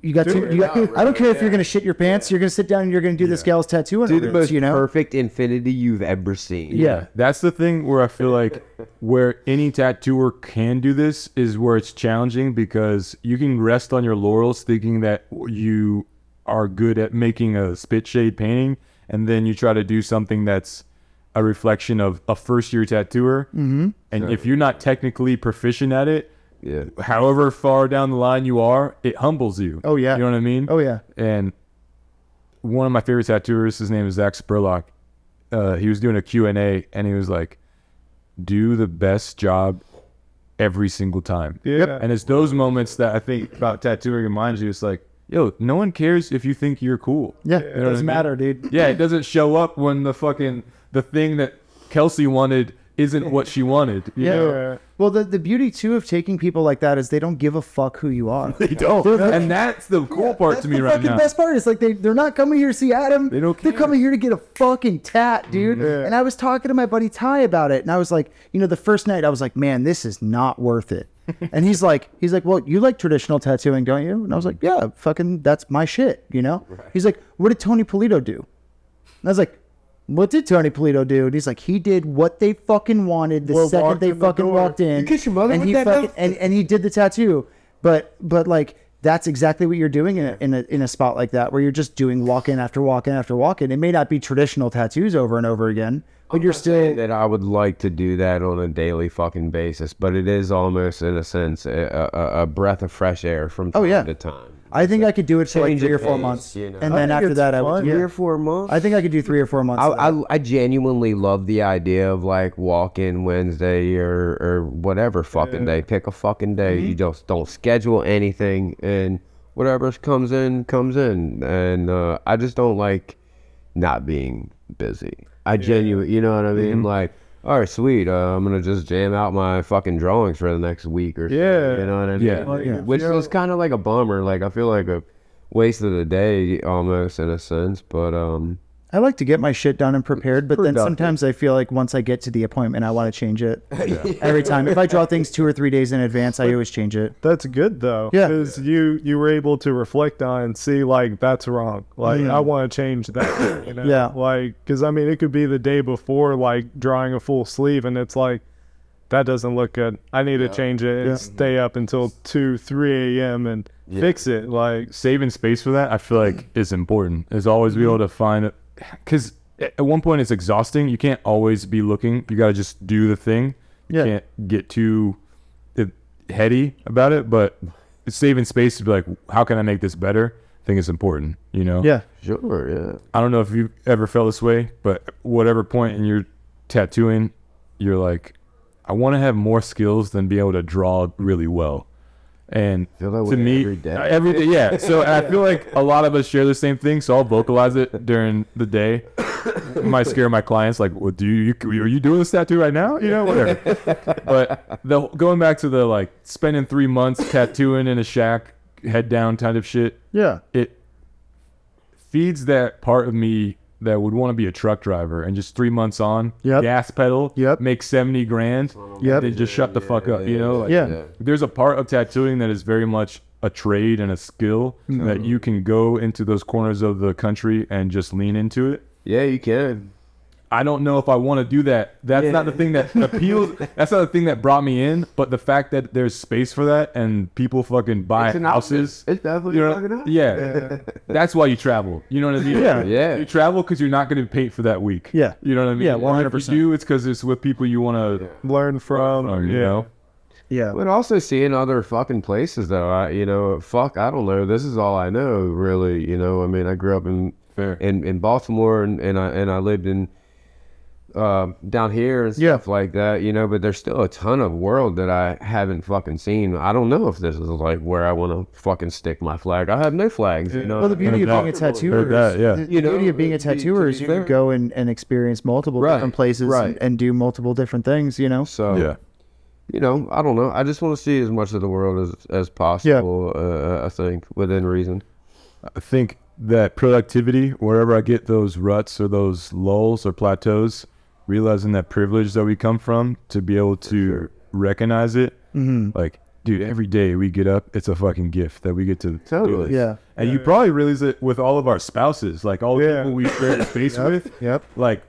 Speaker 3: you got. to, you got I don't care if you're gonna shit your pants. You're gonna sit down and you're gonna do this gal's tattoo on her
Speaker 4: Do the
Speaker 3: ribs,
Speaker 4: most
Speaker 3: you know.
Speaker 4: perfect infinity you've ever seen.
Speaker 3: Yeah.
Speaker 1: That's the thing where I feel like where any tattooer can do this is where it's challenging because you can rest on your laurels thinking that you are good at making a spit shade painting and then you try to do something that's a reflection of a first year tattooer. Mm-hmm. And if you're not technically proficient at it,
Speaker 4: Yeah.
Speaker 1: however far down the line you are, it humbles you.
Speaker 3: Oh, yeah.
Speaker 1: You know what I mean?
Speaker 3: Oh, yeah.
Speaker 1: And one of my favorite tattooers, his name is Zach Spurlock. Uh, he was doing a Q and A, and he was like, "Do the best job every single time.
Speaker 2: Yeah. Yep.
Speaker 1: And it's those moments that I think about tattooing reminds you. It's like, yo, no one cares if you think you're cool.
Speaker 3: Yeah.
Speaker 1: You know what I mean?
Speaker 5: Doesn't matter, dude.
Speaker 1: Yeah, it doesn't show up when the fucking the thing that Kelsey wanted isn't what she wanted. You
Speaker 3: Yeah.
Speaker 1: know?
Speaker 2: Yeah.
Speaker 3: Well, the, the beauty too of taking people like that is they don't give a fuck who you are.
Speaker 1: They don't. And that's the cool part
Speaker 5: That's
Speaker 1: to me
Speaker 5: the
Speaker 1: right
Speaker 5: fucking
Speaker 1: now.
Speaker 5: best part. It's like they they're not coming here to see Adam.
Speaker 1: They don't
Speaker 5: They're
Speaker 1: care.
Speaker 5: coming here to get a fucking tat, dude.
Speaker 2: Yeah.
Speaker 5: And
Speaker 3: And I was talking to my buddy Ty about it, and I was like, you know, the first night I was like, man, this is not worth it. and he's like, he's like, well, you like traditional tattooing, don't you? And I was like, yeah, fucking, that's my shit, you know. He's like, what did Tony Polito do? And I was like, what did Tony Polito do? And he's like, he did what they fucking wanted the
Speaker 2: Well,
Speaker 3: second
Speaker 2: walked
Speaker 3: they
Speaker 2: in the
Speaker 3: fucking
Speaker 2: door.
Speaker 3: walked in.
Speaker 4: You kiss your mother
Speaker 3: and
Speaker 4: with
Speaker 3: he
Speaker 4: that
Speaker 3: fucking,
Speaker 4: mouth?
Speaker 3: and, and he did the tattoo, but but like. That's exactly what you're doing in a, in a in a spot like that, where you're just doing walk in after walk in after walk in. It may not be traditional tattoos over and over again, but you're still
Speaker 4: that I would like to do that on a daily fucking basis, but it is almost, in a sense, a, a, a breath of fresh air from time
Speaker 3: Oh, yeah.
Speaker 4: to time.
Speaker 3: I think I could do it for like
Speaker 4: Change
Speaker 3: three
Speaker 4: of
Speaker 3: or four
Speaker 4: pace,
Speaker 3: months,
Speaker 4: you know.
Speaker 3: and
Speaker 4: I
Speaker 3: then
Speaker 2: think
Speaker 3: after
Speaker 2: it's
Speaker 3: that, I
Speaker 2: fun.
Speaker 3: would.
Speaker 4: Three
Speaker 3: Yeah.
Speaker 4: or four months.
Speaker 3: I think I could do three or four months.
Speaker 4: I,
Speaker 3: of that.
Speaker 4: I, I genuinely love the idea of like walk in Wednesday or, or whatever fucking day. Pick a fucking day.
Speaker 2: Mm-hmm.
Speaker 4: You just don't schedule anything and whatever comes in, comes in. And uh, I just don't like not being busy. I genuinely, you know what I mean?
Speaker 2: Mm-hmm.
Speaker 4: Like, all right, sweet. Uh, I'm going to just jam out my fucking drawings for the next week or so,
Speaker 2: Yeah.
Speaker 4: You know what I mean?
Speaker 1: Yeah.
Speaker 2: Like, if
Speaker 4: Which
Speaker 2: you're-
Speaker 4: was kind of like a bummer. Like, I feel like a waste of the day almost in a sense. But, um,
Speaker 3: I like to get my shit done and prepared, but then sometimes I feel like once I get to the appointment, I want to change it. Every time, if I draw things two or three days in advance, I always change it.
Speaker 2: That's good though.
Speaker 3: Yeah.
Speaker 2: Because you you were able to reflect on and see like that's wrong. Like I want to change that. You know?
Speaker 3: Mm-hmm. Yeah.
Speaker 2: Like because I mean it could be the day before like drawing a full sleeve and it's like that doesn't look good. I need to change it and stay up until two three a.m. and fix it. Like
Speaker 1: saving space for that, I feel
Speaker 3: Mm.
Speaker 1: like is important. Is always be able to find, because at one point it's exhausting. You can't always be looking. You gotta just do the thing. You
Speaker 3: Yeah.
Speaker 1: can't get too uh, heady about it. But it's saving space to be like, how can I make this better? I think it's important. You know.
Speaker 3: Yeah,
Speaker 4: sure, yeah.
Speaker 1: I don't know if you've ever felt this way, but whatever point in your tattooing, you're like, I want to have more skills than be able to draw really well. And
Speaker 4: Feel that
Speaker 1: to
Speaker 4: way
Speaker 1: me,
Speaker 4: every day.
Speaker 1: uh, every day, yeah. So and I feel like a lot of us share the same thing. So I'll vocalize it during the day. It might scare my clients, like, "Well, do you, you are you doing this tattoo right now? You know, whatever." but the going back to the like spending three months tattooing in a shack, head down kind of shit
Speaker 3: yeah,
Speaker 1: it feeds that part of me that would want to be a truck driver and just three months on
Speaker 3: Yep.
Speaker 1: gas pedal
Speaker 3: Yep.
Speaker 1: make 70 grand
Speaker 3: Yep.
Speaker 1: then just shut the fuck up you know like,
Speaker 3: yeah.
Speaker 1: there's a part of tattooing that is very much a trade and a skill
Speaker 3: Mm-hmm.
Speaker 1: that you can go into those corners of the country and just lean into it
Speaker 4: Yeah, you can.
Speaker 1: I don't know if I want to do that. That's not the thing that appeals. That's not the thing that brought me in. But the fact that there's space for that and people fucking buy
Speaker 4: It's an option.
Speaker 1: houses,
Speaker 4: It's definitely
Speaker 1: you know-
Speaker 4: fucking option.
Speaker 1: yeah. That's why you travel. You know what I mean? Yeah,
Speaker 4: Yeah.
Speaker 1: You travel because you're not going to pay for that week.
Speaker 3: Yeah.
Speaker 1: you know what I mean?
Speaker 3: Yeah,
Speaker 1: If
Speaker 3: 100%.
Speaker 1: You do it's because it's with people you want to.
Speaker 2: learn from.
Speaker 1: Oh, You
Speaker 2: yeah.
Speaker 1: know?
Speaker 3: yeah.
Speaker 4: But also seeing other fucking places though. I you know, fuck, I don't know. This is all I know really, you know. I mean, I grew up in
Speaker 1: Fair.
Speaker 4: in, in Baltimore and, and I and I lived in um down here and
Speaker 3: Yeah.
Speaker 4: stuff like that, you know, but there's still a ton of world that I haven't fucking seen. I don't know if this is like where I want to fucking stick my flag. I have no flags, you know.
Speaker 3: Well, the beauty of
Speaker 1: doubt.
Speaker 3: being a
Speaker 1: Heard
Speaker 3: tattooer,
Speaker 1: that,
Speaker 3: is-
Speaker 1: yeah.
Speaker 3: uh, the
Speaker 4: You know,
Speaker 3: beauty of being a
Speaker 4: to be- to
Speaker 3: tattooer
Speaker 4: be
Speaker 3: is you
Speaker 4: fair.
Speaker 3: can go and, and experience multiple
Speaker 4: Right,
Speaker 3: different places
Speaker 4: right.
Speaker 3: and, and do multiple different things. You know,
Speaker 4: so
Speaker 1: Yeah,
Speaker 4: you know, I don't know. I just want to see as much of the world as as possible. Uh, I think within reason.
Speaker 1: I think that productivity, wherever I get those ruts or those lulls or plateaus, realizing that privilege that we come from to be able to recognize it. Like, dude, every day we get up, it's a fucking gift that we get to do
Speaker 4: Totally.
Speaker 1: this.
Speaker 3: yeah,
Speaker 1: And you probably realize it with all of our spouses, like all the
Speaker 2: Yeah.
Speaker 1: people we share space with.
Speaker 3: yep.
Speaker 1: Like,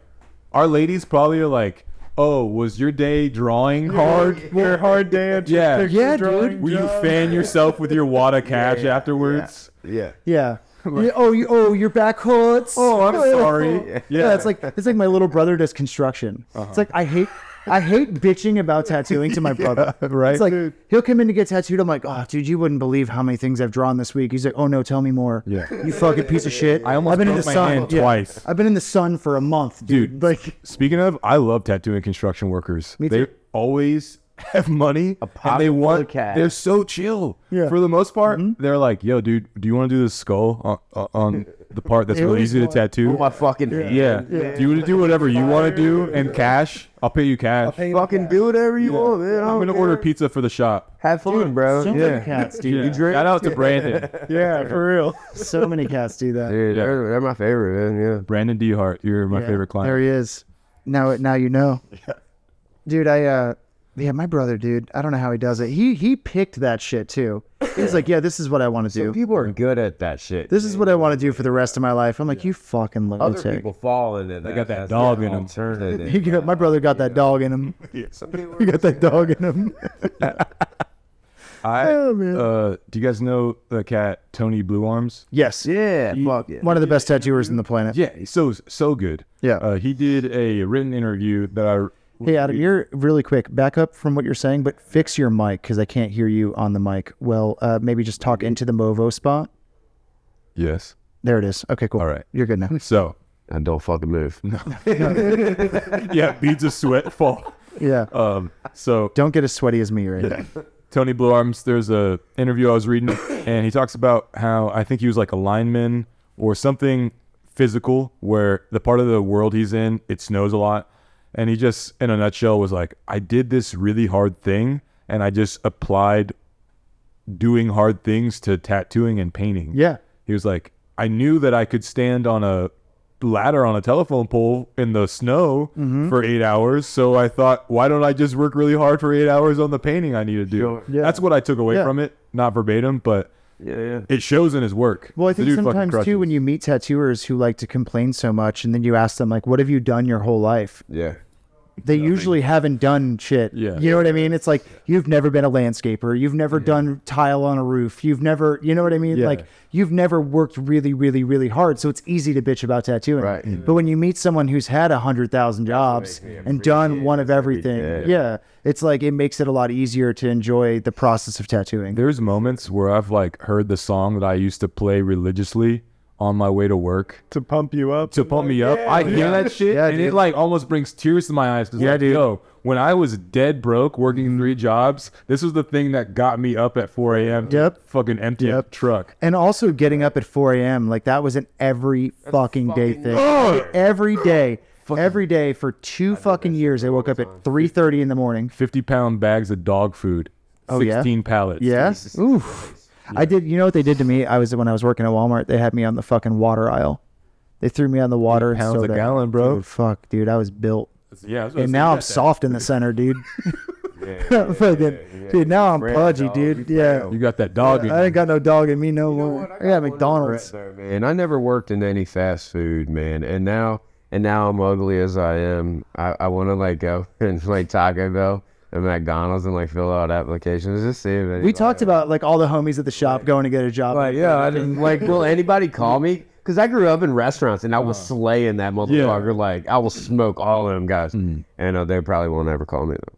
Speaker 1: our ladies probably are like, "Oh, was your day drawing hard?
Speaker 2: Your hard dance. your
Speaker 1: Yeah.
Speaker 2: picture
Speaker 3: Yeah, dude.
Speaker 2: drawing
Speaker 1: Will you
Speaker 2: job.
Speaker 1: fan yourself with your wad of cash afterwards?"
Speaker 4: Yeah.
Speaker 3: Yeah. Yeah, oh, you, oh, your back hurts.
Speaker 1: Oh, I'm sorry.
Speaker 3: Yeah. Uh-huh.
Speaker 1: Yeah.
Speaker 3: it's like it's like my little brother does construction. It's like I hate I hate bitching about tattooing to my brother.
Speaker 1: right.
Speaker 3: It's like
Speaker 2: Dude.
Speaker 3: he'll come in to get tattooed. I'm like, oh, dude, you wouldn't believe how many things I've drawn this week. He's like, oh no, tell me more.
Speaker 1: Yeah.
Speaker 3: you fucking piece of shit.
Speaker 1: I almost
Speaker 3: I've been in
Speaker 1: broke
Speaker 3: the
Speaker 1: my
Speaker 3: sun
Speaker 1: hand
Speaker 3: Yeah.
Speaker 1: twice.
Speaker 3: I've been in the sun for a month, dude.
Speaker 1: Dude.
Speaker 3: Like,
Speaker 1: Speaking of, I love tattooing construction workers.
Speaker 3: Me
Speaker 1: they
Speaker 3: too.
Speaker 1: always have money and they
Speaker 6: pocket full of
Speaker 1: want
Speaker 6: cash.
Speaker 1: they're so chill for the most part
Speaker 3: Mm-hmm.
Speaker 1: they're like yo dude do you want to do this skull on, on- on the part that's really easy to tattoo
Speaker 4: my fucking yeah.
Speaker 1: yeah. do you want to do whatever you want to do and cash i'll pay you cash
Speaker 6: Hey,
Speaker 4: Fucking do whatever you want, man.
Speaker 1: i'm
Speaker 4: I don't
Speaker 1: gonna
Speaker 4: care.
Speaker 1: order pizza for the shop
Speaker 4: Have fun, bro.
Speaker 6: so
Speaker 4: yeah.
Speaker 6: many cats, dude.
Speaker 1: yeah. shout out to brandon
Speaker 2: Yeah, for real.
Speaker 6: So many cats do that.
Speaker 4: Dude,
Speaker 1: Yeah.
Speaker 4: They're, they're my favorite, man. Yeah.
Speaker 1: brandon dehart you're my
Speaker 6: Yeah.
Speaker 1: favorite
Speaker 3: There
Speaker 1: client
Speaker 3: he is. Now, now you know, dude. I uh, yeah, my brother, dude. I don't know how he does it. He he picked that shit too. He's like, yeah, this is what I want to do.
Speaker 4: People are good at that shit.
Speaker 3: This is what I want to do for the rest of my life. I'm like, you fucking
Speaker 4: Other
Speaker 3: lunatic.
Speaker 4: people fall into that. They
Speaker 1: got that dog in 'em.
Speaker 3: He
Speaker 4: Alternative.
Speaker 3: got, my brother got that dog in him. He got that dog in him.
Speaker 1: I,
Speaker 3: Oh, man.
Speaker 1: uh, do you guys know the cat tony blue arms
Speaker 3: Yes.
Speaker 6: Yeah, fuck yeah.
Speaker 3: One of the best tattooers on the planet.
Speaker 1: yeah he's so so good
Speaker 3: Yeah.
Speaker 1: uh, he did a written interview that i
Speaker 3: Hey, Adam, you're really quick. Back up from what you're saying, but fix your mic because I can't hear you on the mic. Well, uh, maybe just talk into the Movo spot.
Speaker 1: yes
Speaker 3: There it is. Okay, cool.
Speaker 1: All right.
Speaker 3: You're good now.
Speaker 1: so
Speaker 4: I don't fucking move.
Speaker 1: yeah beads of sweat fall
Speaker 3: Yeah.
Speaker 1: um so
Speaker 3: Don't get as sweaty as me right now.
Speaker 1: Tony Blue Arms, there's a interview I was reading, and he talks about how I think he was like a lineman or something physical, where the part of the world he's in, it snows a lot. And he just, in a nutshell, was like, I did this really hard thing, and I just applied doing hard things to tattooing and painting.
Speaker 3: Yeah.
Speaker 1: He was like, I knew that I could stand on a ladder on a telephone pole in the snow
Speaker 3: Mm-hmm.
Speaker 1: for eight hours. So I thought, why don't I just work really hard for eight hours on the painting I need to do? That's what I took away
Speaker 3: Yeah.
Speaker 1: from it. Not verbatim, but
Speaker 4: Yeah, yeah.
Speaker 1: it shows in his work.
Speaker 3: Well, I
Speaker 1: The
Speaker 3: think
Speaker 1: dude fucking
Speaker 3: sometimes too
Speaker 1: crushes.
Speaker 3: when you meet tattooers who like to complain so much, and then you ask them like, "What have you done your whole life?"
Speaker 4: Yeah.
Speaker 3: They usually haven't done shit.
Speaker 1: Yeah.
Speaker 3: You know what I mean? It's like you've never been a landscaper, you've never done tile on a roof, you've never, you know what I mean?
Speaker 1: Yeah.
Speaker 3: Like you've never worked really, really, really hard, so it's easy to bitch about tattooing.
Speaker 4: Right. Mhm.
Speaker 3: But when you meet someone who's had a hundred thousand jobs and done one of everything,
Speaker 4: day.
Speaker 3: yeah, it's like it makes it a lot easier to enjoy the process of tattooing.
Speaker 1: There's moments where I've like heard the song that I used to play religiously on my way to work
Speaker 2: To pump you up.
Speaker 1: to pump me up. I hear that shit,
Speaker 3: Yeah,
Speaker 1: and it
Speaker 3: dude.
Speaker 1: like almost brings tears to my eyes. Yeah, like,
Speaker 3: dude. Mm-hmm.
Speaker 1: Yo, when I was dead broke, working three jobs, this was the thing that got me up at 4 a.m. to
Speaker 3: Yep.
Speaker 1: Fucking empty a truck.
Speaker 3: And also getting up at 4 a.m. like that was an every fucking, day thing. Every day, every day for two fucking years, I woke up at 3:30 in the morning.
Speaker 1: 50 pound bags of dog food.
Speaker 3: Oh, yeah?
Speaker 1: 16 pallets.
Speaker 3: Yes. Oof. I did. You know what they did to me? I was when I was working at Walmart. They had me on the fucking water aisle. They threw me on the water. and
Speaker 1: pounds a
Speaker 3: soda.
Speaker 1: gallon, bro.
Speaker 3: Dude, fuck, dude. I was built,
Speaker 1: Yeah. that's what I
Speaker 3: and
Speaker 1: said.
Speaker 3: now
Speaker 1: You
Speaker 3: I'm
Speaker 1: got that.
Speaker 3: soft in the center, dude. Fucking- dude, now I'm pudgy, dude. Yeah,
Speaker 1: You got that dog. in
Speaker 3: I
Speaker 1: you.
Speaker 3: ain't got no dog in me no more. I got McDonald's.
Speaker 4: There, man. I never worked in any fast food, man. And now and now I'm ugly as I am. I, I wanna like go and like Taco Bell and McDonald's and like fill out applications. Just see if
Speaker 3: We
Speaker 4: anybody-
Speaker 1: uh,
Speaker 3: talked about like all the homies at the shop going to get a job.
Speaker 4: like, yeah, I didn't like will anybody call me? Because I grew up in restaurants and I was slaying that motherfucker. Like I will smoke all of them guys. And uh, they probably won't ever call me though.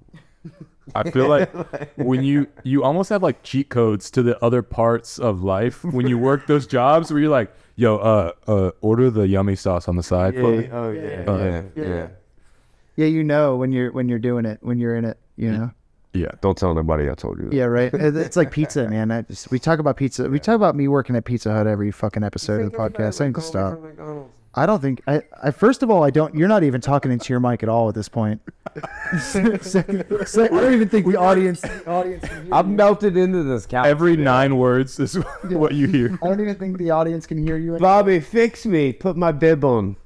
Speaker 1: I feel like when you you almost have like cheat codes to the other parts of life when you work those jobs where you're like, yo, uh, uh, order the yummy sauce on the side. for me."
Speaker 4: Oh yeah,
Speaker 1: yeah,
Speaker 4: yeah.
Speaker 3: Yeah, you know when you're when you're doing it, when you're in it, you know.
Speaker 1: yeah.
Speaker 4: Don't tell nobody I told you. That.
Speaker 3: Yeah, right. It- It's like pizza, man. I just, we talk about pizza. We talk about me working at Pizza Hut every fucking episode of the podcast. I need to stop. I don't think I, I. First of all, I don't. You're not even talking into your mic at all at this point. Second- sec- I don't even think the audience. the audience. can hear-
Speaker 4: I've melted into this couch.
Speaker 1: Every nine words is what you hear.
Speaker 3: I don't even think the audience can hear you.
Speaker 4: Bobby, fix me. Put my bib on.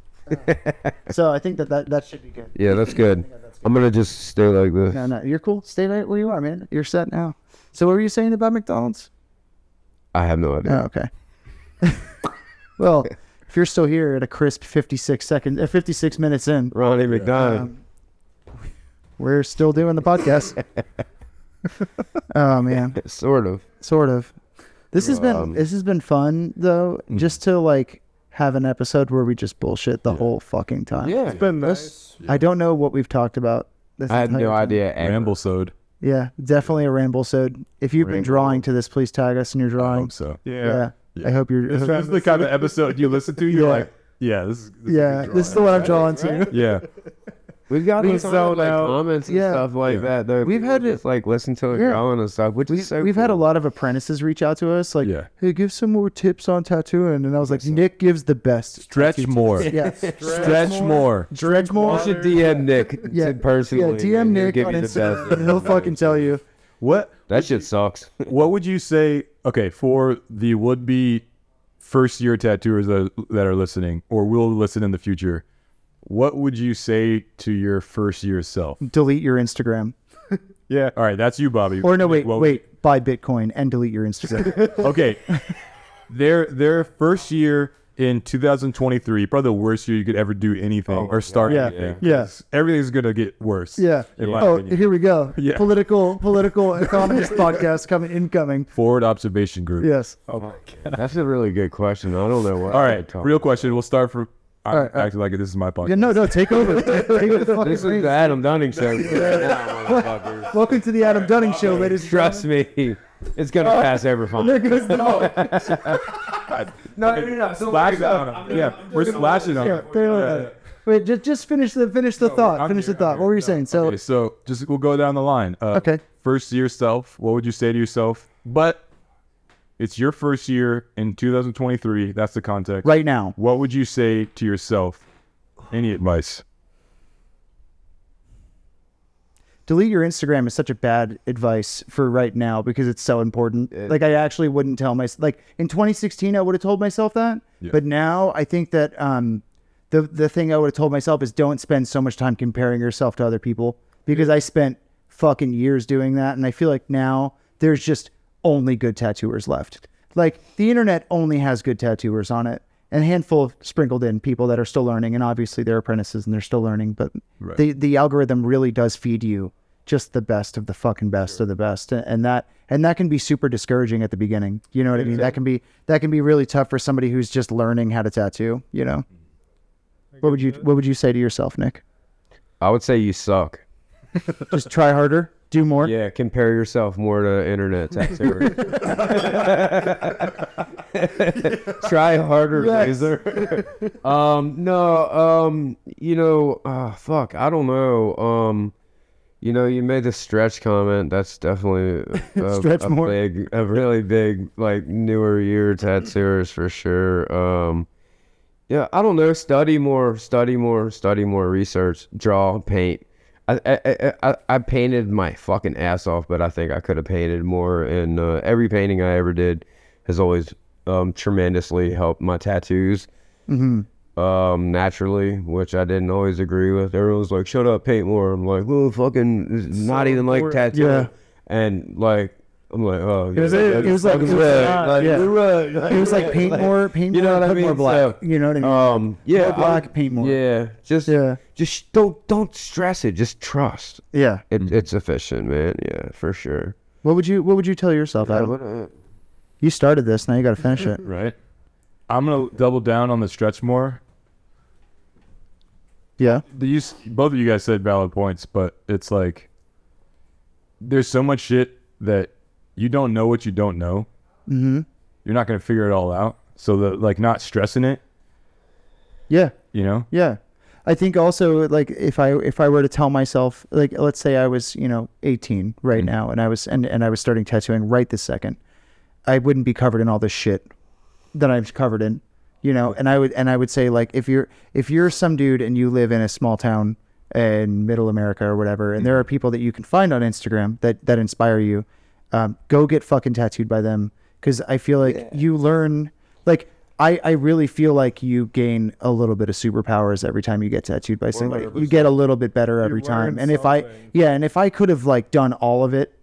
Speaker 3: So I think that that, that should be good.
Speaker 4: Yeah, that's good. I'm gonna just stay like this.
Speaker 3: No, no, you're cool. Stay right where you are, man. You're set now. So what were you saying about McDonald's?
Speaker 4: I have no idea.
Speaker 3: Oh, okay. well, if you're still here at a crisp 56 seconds, uh, 56 minutes in,
Speaker 4: Ronnie McDonald.
Speaker 3: Um, we're still doing the podcast. oh man,
Speaker 4: sort of.
Speaker 3: sort of. This has
Speaker 4: Um,
Speaker 3: been this has been fun though,
Speaker 4: mm.
Speaker 3: just to like have an episode where we just bullshit the whole fucking time.
Speaker 2: It's been nice.
Speaker 3: I don't know what we've talked about. This
Speaker 4: I had
Speaker 3: entire
Speaker 4: no
Speaker 3: time.
Speaker 4: idea. ever.
Speaker 1: Ramble sewed.
Speaker 3: Yeah, definitely a ramble. So if you've been
Speaker 4: Ramble.
Speaker 3: drawing to this, please tag us in your
Speaker 1: I
Speaker 3: drawing.
Speaker 1: hope so.
Speaker 2: Yeah.
Speaker 3: Yeah. I hope you're. uh,
Speaker 1: This is the kind of episode you listen to. You're
Speaker 3: Yeah.
Speaker 1: like, yeah, this is this is a
Speaker 3: yeah,
Speaker 1: good
Speaker 3: this is the one I'm drawing to.
Speaker 1: drawing. yeah.
Speaker 4: We've got
Speaker 6: We
Speaker 4: this on,
Speaker 6: sold
Speaker 4: like
Speaker 6: out.
Speaker 4: comments and
Speaker 3: Yeah.
Speaker 4: stuff like that. Though
Speaker 3: We've
Speaker 4: people
Speaker 3: had it-
Speaker 4: just like listen to it growing and stuff, which is so
Speaker 3: We've had a
Speaker 4: cool.
Speaker 3: lot of apprentices reach out to us, like,
Speaker 1: Yeah.
Speaker 3: "Hey, give some more tips on tattooing." And I was like, "Nick gives the best.
Speaker 1: Stretch
Speaker 3: tattoo
Speaker 1: more.
Speaker 3: tips." Yeah,
Speaker 1: Stretch more.
Speaker 3: stretch
Speaker 4: You
Speaker 3: more.
Speaker 4: should DM Nick
Speaker 3: Yeah.
Speaker 4: yeah. personally.
Speaker 3: Yeah, DM
Speaker 4: and he'll
Speaker 3: Nick
Speaker 4: give
Speaker 3: on
Speaker 4: you the
Speaker 3: Instagram.
Speaker 4: best
Speaker 3: and He'll
Speaker 4: advice.
Speaker 3: fucking tell you.
Speaker 1: What
Speaker 4: That shit sucks.
Speaker 1: what would you say okay for the would-be first year tattooers that, that are listening or will listen in the future what would you say to your first year self
Speaker 3: Delete your Instagram.
Speaker 2: Yeah.
Speaker 1: all right that's you bobby
Speaker 3: Or no, wait,
Speaker 1: What-
Speaker 3: wait. Buy Bitcoin and delete your Instagram.
Speaker 1: okay their their first year in 2023 probably the worst year you could ever do anything or start
Speaker 3: Oh, Yeah.
Speaker 1: anything.
Speaker 3: Yeah.
Speaker 1: everything's gonna get worse
Speaker 3: yeah.
Speaker 1: in my
Speaker 3: Oh,
Speaker 1: opinion.
Speaker 3: here we go.
Speaker 1: Yeah.
Speaker 3: Political, political economist podcast coming incoming.
Speaker 1: forward observation group
Speaker 3: Yes.
Speaker 4: That's a really good question. I don't know what.
Speaker 1: all right
Speaker 4: Tom.
Speaker 1: real question we'll start from I'm
Speaker 3: All right, all right.
Speaker 1: acting like this is my podcast
Speaker 3: Yeah. No, no. Take over. take the fucking
Speaker 4: This is the
Speaker 3: reins.
Speaker 4: Adam Dunning show. Now, motherfuckers.
Speaker 3: Welcome to the Adam Dunning Show, ladies. and
Speaker 4: Trust me, it's gonna pass every fun.
Speaker 3: gentlemen. There goes the-
Speaker 4: No, no, no.
Speaker 1: Slash on them. Yeah, we're slashing on
Speaker 3: Yeah,
Speaker 1: them.
Speaker 3: there we go. Wait, just just finish the finish the thought.
Speaker 1: I'm
Speaker 3: finish
Speaker 1: here,
Speaker 3: the thought.
Speaker 1: I'm
Speaker 3: What
Speaker 1: here.
Speaker 3: were you saying? So
Speaker 1: Okay, so just we'll go down the line. Uh,
Speaker 3: Okay.
Speaker 1: First year self, what would you say to yourself? But it's your first year in 2023. That's the context.
Speaker 3: right now,
Speaker 1: What would you say to yourself? Any advice?
Speaker 3: delete your Instagram is such a bad advice for right now because it's so important. like I actually wouldn't tell myself. Like in 2016, I would have told myself that,
Speaker 1: Yeah.
Speaker 3: but now I think that um, the the thing I would have told myself is don't spend so much time comparing yourself to other people because I spent fucking years doing that, and I feel like now there's just only good tattooers left. Like the internet only has good tattooers on it. And a handful of sprinkled in people that are still learning, and obviously they're apprentices and they're still learning. But
Speaker 1: Right.
Speaker 3: the the algorithm really does feed you just the best of the fucking best of the best and, and that and that can be super discouraging at the beginning you know what i mean that can be that can be really tough for somebody who's just learning how to tattoo you know what would you what would you say to yourself nick
Speaker 4: I would say you suck.
Speaker 3: just try harder do more
Speaker 4: Yeah, compare yourself more to internet tattooers. Try harder, laser. um, no, um, you know, uh, fuck, I don't know. Um, you know, you made the stretch comment. That's definitely a,
Speaker 3: Stretch
Speaker 4: a
Speaker 3: more.
Speaker 4: big, a really big, like newer year tattooers for sure. Um, yeah, I don't know. Study more, study more, study more. Research, draw, paint. I I, I- I, I painted my fucking ass off, but I think I could have painted more. And uh, every painting I ever did has always um, tremendously helped my tattoos um, naturally, which I didn't always agree with. Everyone's like, "Shut up, paint more." I'm like, "Well, fucking, it's not even like tattoo."
Speaker 3: Yeah.
Speaker 4: And like, I'm like, "Oh, yeah,
Speaker 3: was- it was like- it was not- yeah. it was like paint more paint
Speaker 4: You
Speaker 3: more
Speaker 4: know
Speaker 3: and
Speaker 4: what I
Speaker 3: put more
Speaker 4: mean?
Speaker 3: black
Speaker 4: So,
Speaker 3: you know what i mean
Speaker 4: um, yeah,
Speaker 3: more black
Speaker 4: I-
Speaker 3: paint more
Speaker 4: yeah, just
Speaker 3: Yeah.
Speaker 4: yeah, just don't don't stress it. Just trust.
Speaker 3: yeah
Speaker 4: It, It's efficient, man. Yeah, for sure. uh,
Speaker 3: what would you what would you tell yourself Adam? you started this now you got to finish it
Speaker 1: Right. I'm gonna double down on the stretch more.
Speaker 3: yeah
Speaker 1: The use both of you guys said valid points, but it's like there's so much shit that you don't know what you don't know. Mm-hmm. You're not gonna figure it all out. So the like not stressing it,
Speaker 3: yeah
Speaker 1: you know.
Speaker 3: Yeah. I think also like if I if I were to tell myself like let's say I was, you know, 18 right
Speaker 4: Mm.
Speaker 3: now and I was and, and I was starting tattooing right this second, I wouldn't be covered in all this shit that I'm covered in, you know, and I would and I would say like if you're if you're some dude and you live in a small town in middle America or whatever and
Speaker 4: Mm-hmm.
Speaker 3: there are people that you can find on Instagram that that inspire you, um, go get fucking tattooed by them because I feel like you learn like I, I really feel like you gain a little bit of superpowers every time you get tattooed by somebody. You get a little bit better every time.
Speaker 2: learn
Speaker 3: And if I
Speaker 2: something.
Speaker 3: yeah, and if I could have like done all of it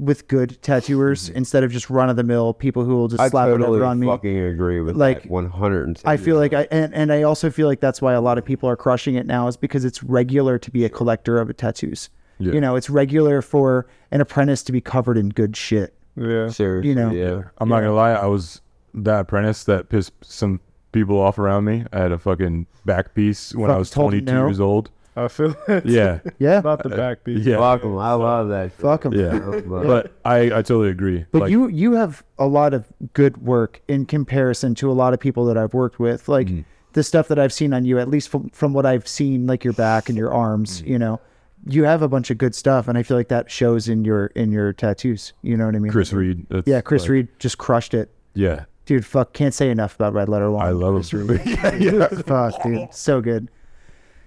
Speaker 3: with good tattooers instead of just run of the mill people who will just
Speaker 4: Mm-hmm. I
Speaker 3: slap
Speaker 4: totally
Speaker 3: whatever on me.
Speaker 4: fucking agree with
Speaker 3: Like,
Speaker 4: like one hundred and.
Speaker 3: I feel like I and, and I also feel like that's why a lot of people are crushing it now is because it's regular to be a collector of tattoos.
Speaker 1: Yeah.
Speaker 3: You know, it's regular for an apprentice to be covered in good shit.
Speaker 2: Yeah.
Speaker 4: seriously,
Speaker 3: you know.
Speaker 4: yeah.
Speaker 1: I'm not gonna lie, I was that apprentice that pissed some people off around me. I had a fucking back piece when I
Speaker 3: Fucking
Speaker 1: was
Speaker 3: told you
Speaker 1: 22
Speaker 3: no.
Speaker 1: years old.
Speaker 2: I feel it.
Speaker 1: Yeah,
Speaker 3: Yeah.
Speaker 2: Not
Speaker 1: Uh,
Speaker 2: the back beat.
Speaker 1: yeah,
Speaker 4: Fuck 'em, I love that. shit.
Speaker 3: Fuck 'em.
Speaker 1: yeah. But I, I totally agree.
Speaker 3: But
Speaker 1: like, Mm-hmm.
Speaker 3: you you have a lot of good work in comparison to a lot of people that I've worked with. Like the stuff that I've seen on you, at least from, from what I've seen, like your back and your arms,
Speaker 1: Mm-hmm.
Speaker 3: you know, you have a bunch of good stuff, and I feel like that shows in your in your tattoos. You know what I mean?
Speaker 1: Chris Reed. that's
Speaker 3: Yeah, Chris
Speaker 1: like-
Speaker 3: Reed just crushed it,
Speaker 1: Yeah,
Speaker 3: dude. Fuck, can't say enough about Red Letter Law.
Speaker 1: I love Chris Reed. yeah, yeah.
Speaker 3: Fuck, dude, so good.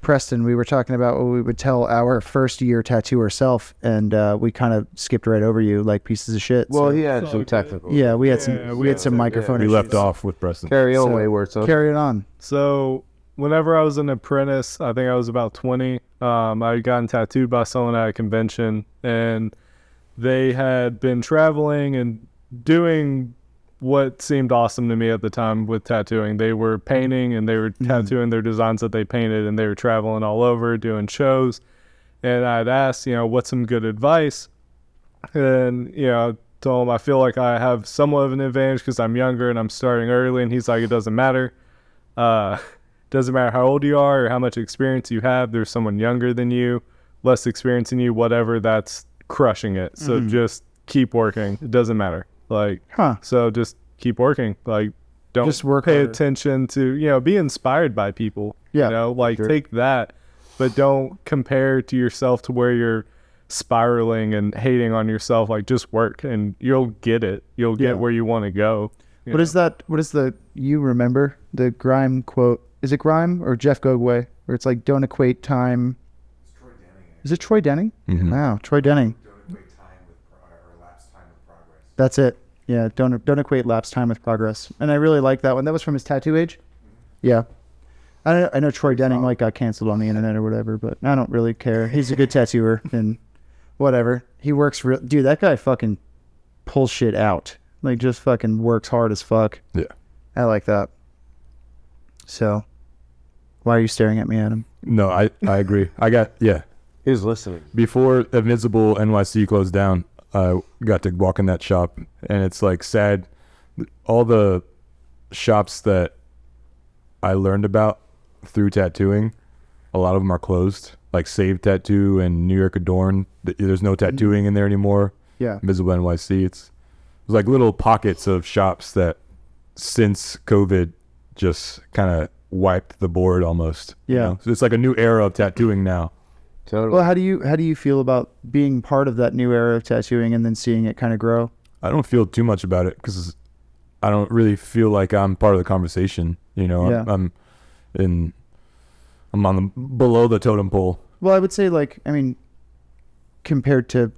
Speaker 3: Preston, we were talking about what we would tell our first year tattooer self, and uh, we kind of skipped right over you like pieces of shit.
Speaker 4: Well,
Speaker 3: so-
Speaker 4: he had some technical.
Speaker 3: yeah, we had
Speaker 2: Yeah,
Speaker 3: some we
Speaker 2: we
Speaker 3: had some microphone
Speaker 1: We
Speaker 3: issues.
Speaker 1: left off with Preston.
Speaker 4: Carry on,
Speaker 3: So-
Speaker 4: Wayward. So
Speaker 3: Carry it on.
Speaker 2: So whenever I was an apprentice, I think I was about 20. Um, I had gotten tattooed by someone at a convention, and they had been traveling and doing what seemed awesome to me at the time with tattooing. They were painting and they were tattooing their designs that they painted, and they were traveling all over doing shows. And I'd asked, you know, what's some good advice? And, you know, I told him I feel like I have somewhat of an advantage because I'm younger and I'm starting early. And he's like, it doesn't matter uh, doesn't matter how old you are or how much experience you have there's someone younger than you less experience than you whatever that's crushing it so just keep working it doesn't matter like
Speaker 3: Mm-hmm. Huh.
Speaker 2: so just keep working like don't
Speaker 3: Just work
Speaker 2: pay
Speaker 3: harder.
Speaker 2: attention to you know be inspired by people
Speaker 3: Yeah,
Speaker 2: you know like take that but don't compare to yourself to where you're spiraling and hating on yourself like just work and you'll get it you'll get where you want to go you
Speaker 3: What is that? What is the you remember the Grime quote? Is it Grime or Jeff Gogwe? Where it's like, don't equate time. Is it Troy Denning? Wow, Troy Denning. That's it. Yeah, don't don't equate lapse time with progress. And I really like that one. That was from his Tattoo Age. Yeah, I know, I know Troy Denning like got canceled on the internet or whatever, but I don't really care. He's a good tattooer and whatever. He works real. Dude, that guy fucking pulls shit out. Like just fucking works hard as fuck.
Speaker 1: Yeah.
Speaker 3: I like that. So, why are you staring at me, Adam?
Speaker 1: No, I I agree. I got yeah.
Speaker 4: he was listening.
Speaker 1: before Invincible NYC closed down, I got to walk in that shop, and it's like sad. All the shops that I learned about through tattooing, a lot of them are closed. Like Save Tattoo and New York Adorn, th- there's no tattooing in there anymore.
Speaker 3: Yeah.
Speaker 1: Invisible NYC, it's, it's like little pockets of shops that since COVID just kind of wiped the board almost. you
Speaker 3: Yeah.
Speaker 1: know? so it's like a new era of tattooing now.
Speaker 4: Totally.
Speaker 3: Well, how do you how do you feel about being part of that new era of tattooing and then seeing it kind of grow?
Speaker 1: I don't feel too much about it because I don't really feel like I'm part of the conversation. You know, I'm,
Speaker 3: Yeah.
Speaker 1: I'm in, I'm on the below the totem pole.
Speaker 3: Well, I would say like I mean, compared to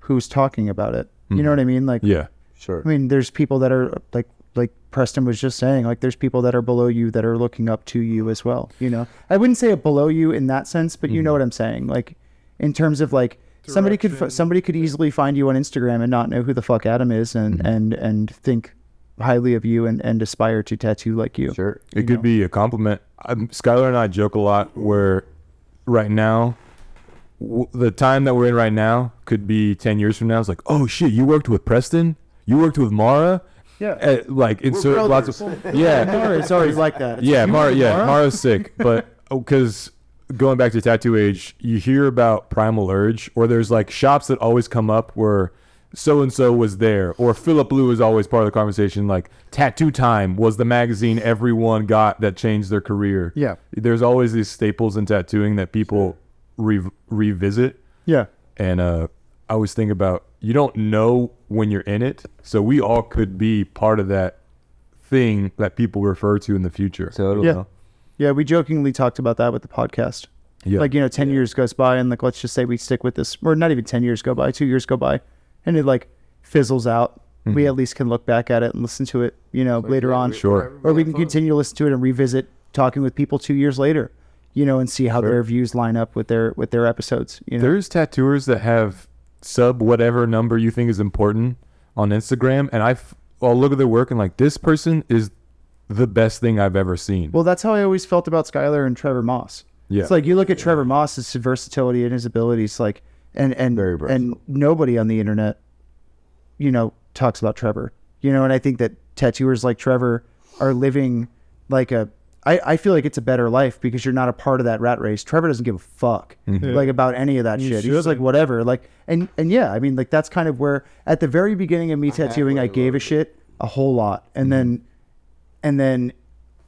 Speaker 3: who's talking about it, you know what I mean? Like,
Speaker 1: Yeah,
Speaker 4: sure.
Speaker 3: I mean, there's people that are like like Preston was just saying, like there's people that are below you that are looking up to you as well. You know, I wouldn't say below you in that sense, but you know what I'm saying. Like in terms of like somebody could fi- somebody could easily find you on Instagram and not know who the fuck Adam is and and and think highly of you and and aspire to tattoo like you.
Speaker 4: Sure.
Speaker 1: it could be a compliment. I'm, Skylar and I joke a lot where right now, w- the time that we're in right now could be 10 years from now. It's like, oh shit, you worked with Preston? You worked with Mara? Yeah. like, insert lots of. Yeah.
Speaker 3: Sorry, it's always like that.
Speaker 1: Yeah, Mara. Yeah, Mara's sick, but because going back to Tattoo Age, you hear about Primal Urge, or there's like shops that always come up where so and so was there, or Philip Blue is always part of the conversation. Like Tattoo Time was the magazine everyone got that changed their career.
Speaker 3: Yeah.
Speaker 1: there's always these staples in tattooing that people re- revisit
Speaker 3: yeah,
Speaker 1: and uh, I always think about you don't know when you're in it, so we all could be part of that thing that people refer to in the future.
Speaker 4: Totally.
Speaker 3: yeah, yeah. We jokingly talked about that with the podcast.
Speaker 1: yeah,
Speaker 3: Like, you know, 10 years goes by and like, let's just say we stick with this, or not even 10 years go by, two years go by and it like fizzles out. We at least can look back at it and listen to it, you know, later on.
Speaker 1: Mm-hmm. sure.
Speaker 3: Or we can continue to listen to it and revisit talking with people two years later, you know, and see how their views line up with their, with their episodes, you know?
Speaker 1: There's tattooers that have sub whatever number you think is important on Instagram, and I f- I'll look at their work and like this person is the best thing I've ever seen.
Speaker 3: Well, that's how I always felt about Skylar and Trevor Moss.
Speaker 1: Yeah.
Speaker 3: It's like you look at Trevor Moss's versatility and his abilities, like and and and nobody on the internet, you know, talks about Trevor. You know, and I think that tattooers like Trevor are living like a I, I feel like it's a better life because you're not a part of that rat race. Trevor doesn't give a fuck
Speaker 1: Mm-hmm.
Speaker 3: like about any of that shit. He's just like whatever. Like and and yeah, I mean like that's kind of where at the very
Speaker 1: Mm-hmm.
Speaker 3: beginning of me tattooing I gave a shit a whole lot. And then and then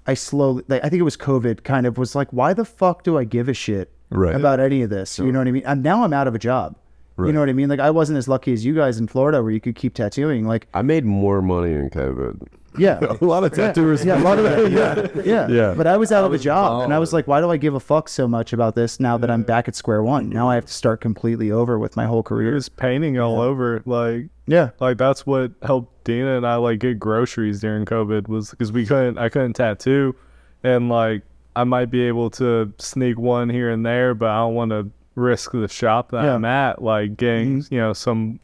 Speaker 3: I slowly, like, I think it was COVID, kind of was like, why the fuck do I give a shit
Speaker 1: Right.
Speaker 3: about any of this? You know what I mean? And now I'm out of a job. You know what I mean? Like I wasn't as lucky as you guys in Florida, where you could keep tattooing. Like,
Speaker 4: I made more money in COVID.
Speaker 3: yeah,
Speaker 1: a lot of tattooers.
Speaker 3: yeah, a lot of yeah, yeah,
Speaker 1: Yeah.
Speaker 3: But I was out of a job, and I was like, why do I give a fuck so much about this now that I'm back at square one? Now I have to start completely over with my whole
Speaker 2: It
Speaker 3: career.
Speaker 2: was painting all over. Like,
Speaker 3: Yeah,
Speaker 2: like that's what helped Dina and I like get groceries during COVID was because we couldn't I couldn't tattoo, and like I might be able to sneak one here and there, but I don't want to risk the shop that
Speaker 3: Yeah. Mm-hmm.
Speaker 2: I'm at like getting you know some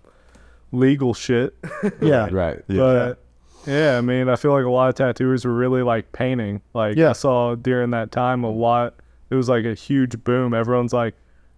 Speaker 2: legal shit.
Speaker 3: yeah,
Speaker 4: Right.
Speaker 2: But yeah, I mean I feel like a lot of tattooers were really like painting. Like I
Speaker 3: Yeah.
Speaker 2: saw during that time a lot. It was like a huge boom. Everyone's like,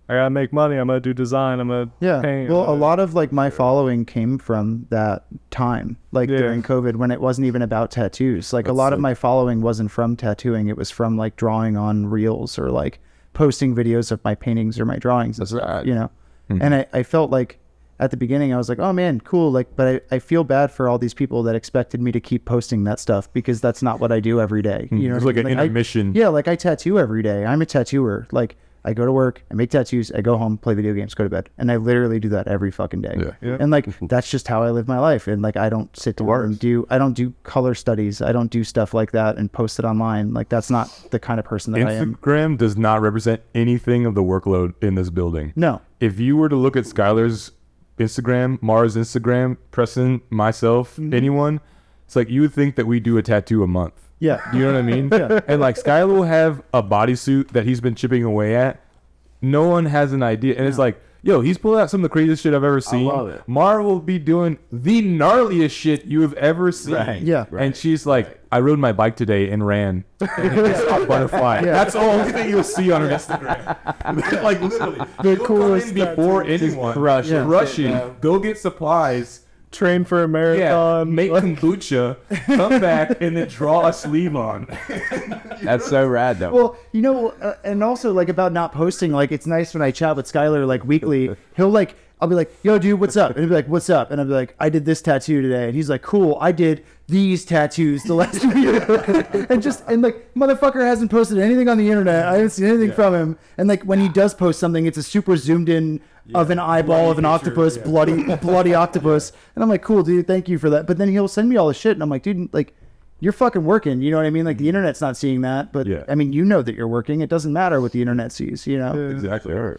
Speaker 2: I gotta make money. I'm gonna do design. I'm gonna
Speaker 3: yeah.
Speaker 2: paint.
Speaker 3: Well, a
Speaker 2: Uh,
Speaker 3: lot of like my following came from that time, like
Speaker 2: Yeah.
Speaker 3: during COVID, when it wasn't even about tattoos. Like a lot of my following wasn't from tattooing; it was from like drawing on reels or like posting videos of my paintings or my drawings. That's
Speaker 4: right.
Speaker 3: You know,
Speaker 1: Mm-hmm.
Speaker 3: and I, I felt like at the beginning I was like, oh man, cool. Like, but I, I feel bad for all these people that expected me to keep posting that stuff because that's not what I do every day. You know,
Speaker 1: Mm-hmm. It's
Speaker 3: what
Speaker 1: like
Speaker 3: I
Speaker 1: an
Speaker 3: mean? I-
Speaker 1: intermission.
Speaker 3: yeah, like I tattoo every day. I'm a tattooer. Like I go to work, I make tattoos, I go home, play video games, go to bed, and I literally do that every fucking day.
Speaker 1: Yeah.
Speaker 3: And like that's just how I live my life. And like I don't sit down and do I don't do color studies. I don't do stuff like that and post it online. Like that's not the kind of person that I am.
Speaker 1: Instagram does not represent anything of the workload in this building.
Speaker 3: No.
Speaker 1: If you were to look at Skylar's Instagram, Mars Instagram, Preston, myself, anyone, it's like you would think that we do a tattoo a month.
Speaker 3: Yeah.
Speaker 1: You know what I mean? And like Skylar will have a bodysuit that he's been chipping away at. No one has an idea. And it's like, yo, he's pulled out some of the craziest shit I've ever seen.
Speaker 4: love it.
Speaker 1: Mar will be doing the gnarliest shit you have ever seen.
Speaker 3: Yeah.
Speaker 1: And she's like, I rode my bike today and ran. It's a butterfly. That's the only thing you'll see on her Instagram. like literally. The coolest before anyone. Crush Rushing. Go get supplies.
Speaker 2: train for a
Speaker 1: Yeah,
Speaker 2: marathon.
Speaker 1: make kombucha, come back, and then draw a sleeve on.
Speaker 4: That's so rad though.
Speaker 3: Well, you know, uh, and also like about not posting, like it's nice when I chat with Skylar like weekly. He'll like, I'll be like, yo, dude, what's up? And he'll be like, what's up? And I'll be like, I did this tattoo today. And he's like, cool, I did these tattoos the last week. and just, and like, motherfucker hasn't posted anything on the internet. I haven't seen anything from him. And like when he does post something, it's a super zoomed in. Of an eyeball of an octopus, bloody, bloody octopus, and I'm like, cool, dude, thank you for that. But then he'll send me all this shit, and I'm like, dude, like, you're fucking working. You know what I mean? Like the internet's not seeing that, but
Speaker 1: Yeah.
Speaker 3: I mean, you know that you're working. It doesn't matter what the internet sees. You know?
Speaker 1: Exactly.
Speaker 2: They're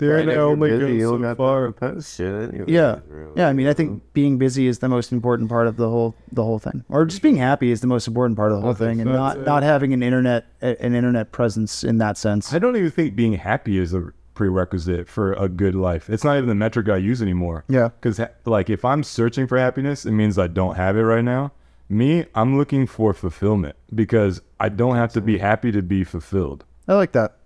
Speaker 4: Right, if
Speaker 2: the
Speaker 4: you're
Speaker 2: only
Speaker 4: busy,
Speaker 2: good
Speaker 4: you don't
Speaker 2: so
Speaker 4: got
Speaker 2: far.
Speaker 4: to post shit anyway.
Speaker 3: Yeah.
Speaker 4: Really.
Speaker 3: Yeah. I mean, I think being busy is the most important part of the whole the whole thing, or just being happy is the most important part of the whole thing, and not not having an internet a- an internet presence in that sense.
Speaker 1: I don't even think being happy is a prerequisite for a good life. It's not even the metric I use anymore.
Speaker 3: Yeah.
Speaker 1: Because, like, if I'm searching for happiness, it means I don't have it right now. Me, I'm looking for fulfillment because I don't have to be happy to be fulfilled.
Speaker 3: I like that.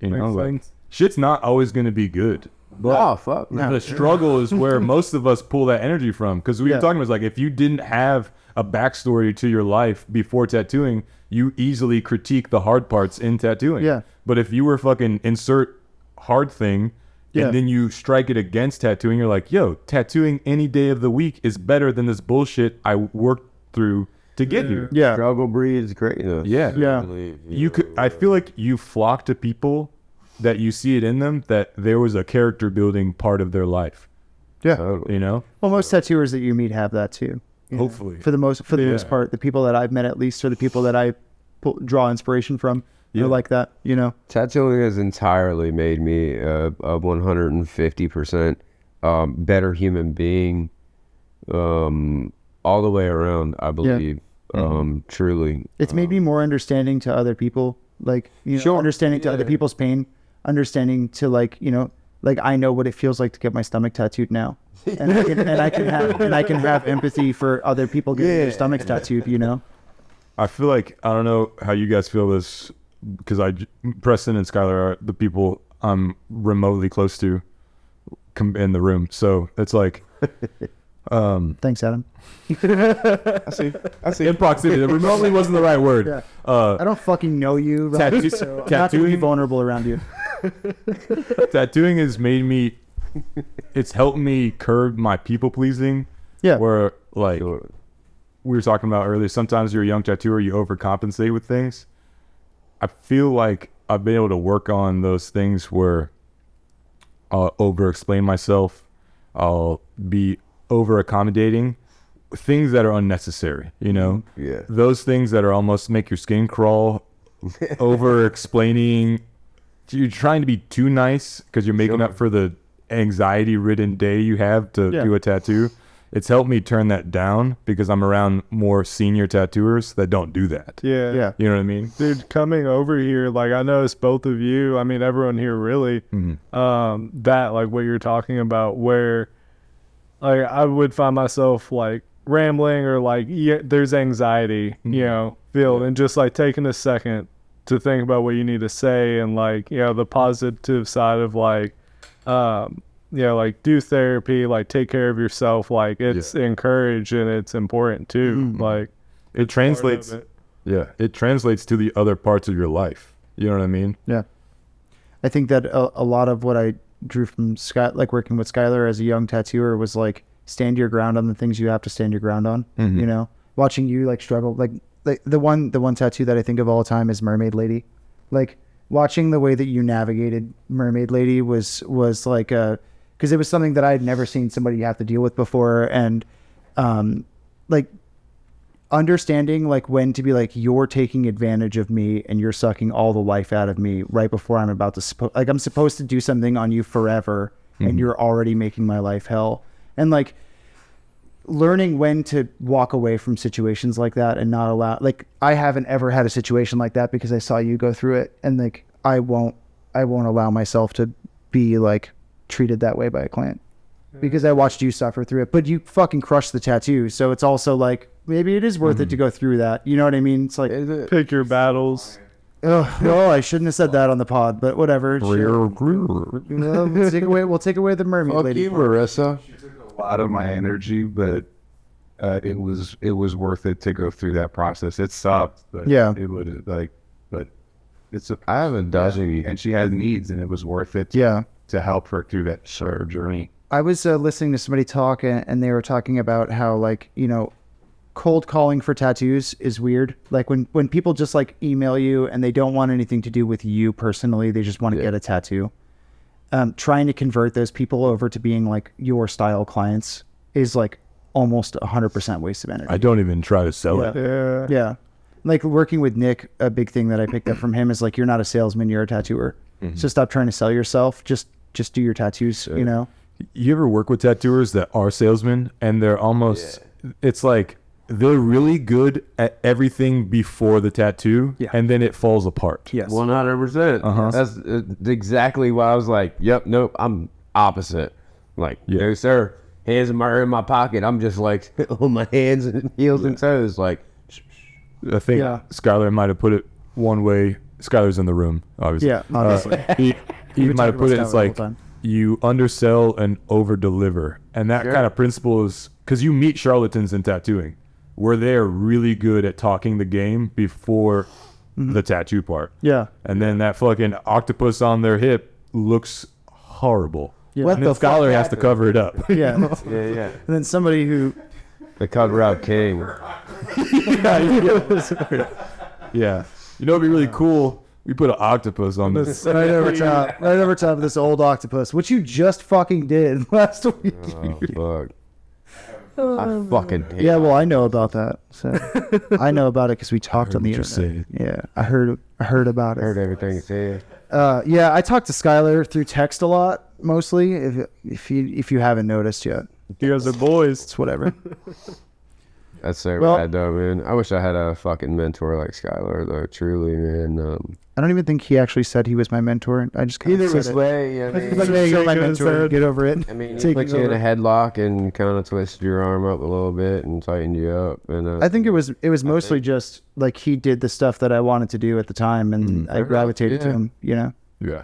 Speaker 1: You know,
Speaker 2: Makes
Speaker 1: like,
Speaker 2: sense.
Speaker 1: shit's not always going to be good.
Speaker 4: Oh fuck.
Speaker 1: The struggle is where most of us pull that energy from. Because we were talking about, like, if you didn't have a backstory to your life before tattooing, you easily critique the hard parts in tattooing.
Speaker 3: Yeah.
Speaker 1: But if you were fucking insert hard thing
Speaker 3: Yeah.
Speaker 1: and then you strike it against tattooing, you're like, yo, tattooing any day of the week is better than this bullshit I worked through to get here.
Speaker 3: Yeah.
Speaker 4: Struggle breeds greatness.
Speaker 1: Yeah.
Speaker 3: Yeah.
Speaker 1: You could. I feel like you flock to people that you see it in them that there was a character building part of their life.
Speaker 4: Totally.
Speaker 1: You know.
Speaker 3: Well, most tattooers that you meet have that too.
Speaker 1: Hopefully.
Speaker 3: For the most for the most part, the people that I've met at least are the people that I pull, draw inspiration from. They're like that. You know?
Speaker 4: Tattooing has entirely made me a, a 150% um, better human being um, all the way around, I believe.
Speaker 3: Mm-hmm.
Speaker 4: Um, truly.
Speaker 3: It's made me more understanding to other people, like you know, understanding to other people's pain, understanding to like you know, like I know what it feels like to get my stomach tattooed now, and I can, and I can have and I can have empathy for other people getting their stomachs tattooed. You know,
Speaker 1: I feel like I don't know how you guys feel this because I j- Preston and Skylar are the people I'm remotely close to com- in the room. So it's like
Speaker 3: thanks, Adam.
Speaker 1: in proximity. remotely wasn't the right word. Uh,
Speaker 3: I don't fucking know you. Right?
Speaker 1: tattoo-
Speaker 3: so I'm not gonna be
Speaker 1: tattooing
Speaker 3: vulnerable around you.
Speaker 1: tattooing has made me it's helped me curb my people pleasing
Speaker 3: Yeah.
Speaker 1: where like we were talking about earlier, sometimes you're a young tattooer, you overcompensate with things. I feel like I've been able to work on those things where I'll over explain myself, I'll be over accommodating things that are unnecessary, you know?
Speaker 4: Yeah.
Speaker 1: Those things that are almost make your skin crawl, over explaining. You're trying to be too nice because you're making up for the anxiety ridden day you have to
Speaker 2: Yeah.
Speaker 1: do a tattoo. It's helped me turn that down because I'm around more senior tattooers that don't do that.
Speaker 2: Yeah.
Speaker 3: Yeah.
Speaker 1: You know what I mean?
Speaker 2: Dude, coming over here, like I noticed both of you, I mean everyone here really, um, that like what you're talking about, where like I would find myself like rambling or like yeah, there's anxiety, you know, feel and just like taking a second to think about what you need to say and like you know the positive side of like um you know like do therapy like take care of yourself like it's encouraged and it's important too like
Speaker 1: It translates.
Speaker 2: it.
Speaker 1: Yeah, it translates to the other parts of your life. You know what I mean?
Speaker 3: Yeah. I think that a, a lot of what I drew from Scott, like working with Skylar as a young tattooer, was like stand your ground on the things you have to stand your ground on. You know, watching you like struggle, like the, the one the one tattoo that I think of all the time is Mermaid Lady. Like watching the way that you navigated Mermaid Lady was was like a because it was something that I had never seen somebody have to deal with before, and um, like understanding like when to be like you're taking advantage of me and you're sucking all the life out of me right before I'm about to suppo- like I'm supposed to do something on you forever and you're already making my life hell and like learning when to walk away from situations like that and not allow like I haven't ever had a situation like that because I saw you go through it and like I won't I won't allow myself to be like treated that way by a client because I watched you suffer through it. But you fucking crushed the tattoo, so it's also like maybe it is worth it to
Speaker 7: Mm-hmm.
Speaker 3: go through that. You know what I mean? It's like,
Speaker 2: pick your battles
Speaker 3: oh, no, I shouldn't have said that on the pod, but whatever. Sure. Well, we'll take away, we'll take away the mermaid
Speaker 7: Fuck
Speaker 3: lady.
Speaker 7: you, Marissa. A lot of my energy, but uh, it was it was worth it to go through that process. It sucked, but
Speaker 3: Yeah.
Speaker 7: it would like, but it's I haven't done any, and she has needs, and it was worth it.
Speaker 3: Yeah.
Speaker 7: to help her through that sort of journey.
Speaker 3: I was uh, listening to somebody talk, and, and they were talking about how, like, you know, cold calling for tattoos is weird. Like when when people just like email you and they don't want anything to do with you personally, they just want to get a tattoo. Um, trying to convert those people over to being like your style clients is like almost a hundred percent waste of energy.
Speaker 1: I don't even try to sell it.
Speaker 2: yeah
Speaker 3: Yeah. Like working with Nick, a big thing that I picked up from him is like you're not a salesman, you're a tattooer. So stop trying to sell yourself. Just just do your tattoos, you know.
Speaker 1: You ever work with tattooers that are salesmen and they're almost, it's like they're really good at everything before the tattoo and then it falls apart. Yeah.
Speaker 4: One hundred percent.
Speaker 7: Uh-huh.
Speaker 4: That's uh, exactly why I was like, "Yep, nope, I'm opposite." Like, no, sir. Hands in my are in my pocket. I'm just like on my hands and heels and toes. Like,
Speaker 1: I think Skylar might have put it one way. Skylar's in the room, obviously.
Speaker 3: Yeah, obviously.
Speaker 1: he he might have
Speaker 3: talking about
Speaker 1: put
Speaker 3: Skylar
Speaker 1: it as
Speaker 3: the whole
Speaker 1: like
Speaker 3: time.
Speaker 1: you undersell and over deliver. And that kind of principle is because you meet charlatans in tattooing where they're really good at talking the game before the tattoo part.
Speaker 3: Mm-hmm. Yeah.
Speaker 1: And then that fucking octopus on their hip looks horrible. Yeah.
Speaker 3: What
Speaker 1: and then
Speaker 3: the fuck
Speaker 1: Scholar has to cover it up.
Speaker 3: Yeah. and
Speaker 4: yeah, yeah.
Speaker 3: then somebody who
Speaker 4: The cover up king.
Speaker 1: yeah. You know, it'd be really cool. We put an octopus on this.
Speaker 3: right over top right over top of this old octopus, which you just fucking did last week.
Speaker 4: Oh fuck.
Speaker 3: Oh,
Speaker 4: I fucking hate
Speaker 3: Yeah, well I know about that. So I know about it because we talked on the internet.
Speaker 1: Interesting.
Speaker 3: Yeah. I heard I heard about it.
Speaker 4: heard everything you said.
Speaker 3: Uh, yeah, I talked to Skylar through text a lot, mostly. If if you if you haven't noticed yet,
Speaker 2: you guys are boys
Speaker 3: it's whatever.
Speaker 4: That's so
Speaker 3: Well-
Speaker 4: bad though, man. I wish I had a fucking mentor like Skylar though. Truly, man. Um,
Speaker 3: I don't even think he actually said he was my mentor. I just kind of said it.
Speaker 4: way, I
Speaker 3: He's like, yeah, you're my mentor. Get over it.
Speaker 4: I mean, he
Speaker 3: Taking
Speaker 4: put you in
Speaker 3: over.
Speaker 4: a headlock and kind of twisted your arm up a little bit and tightened you up. And uh,
Speaker 3: I think it was it was mostly just like he did the stuff that I wanted to do at the time, and I gravitated to
Speaker 4: Mm-hmm. Yeah.
Speaker 3: him. You know,
Speaker 1: Yeah.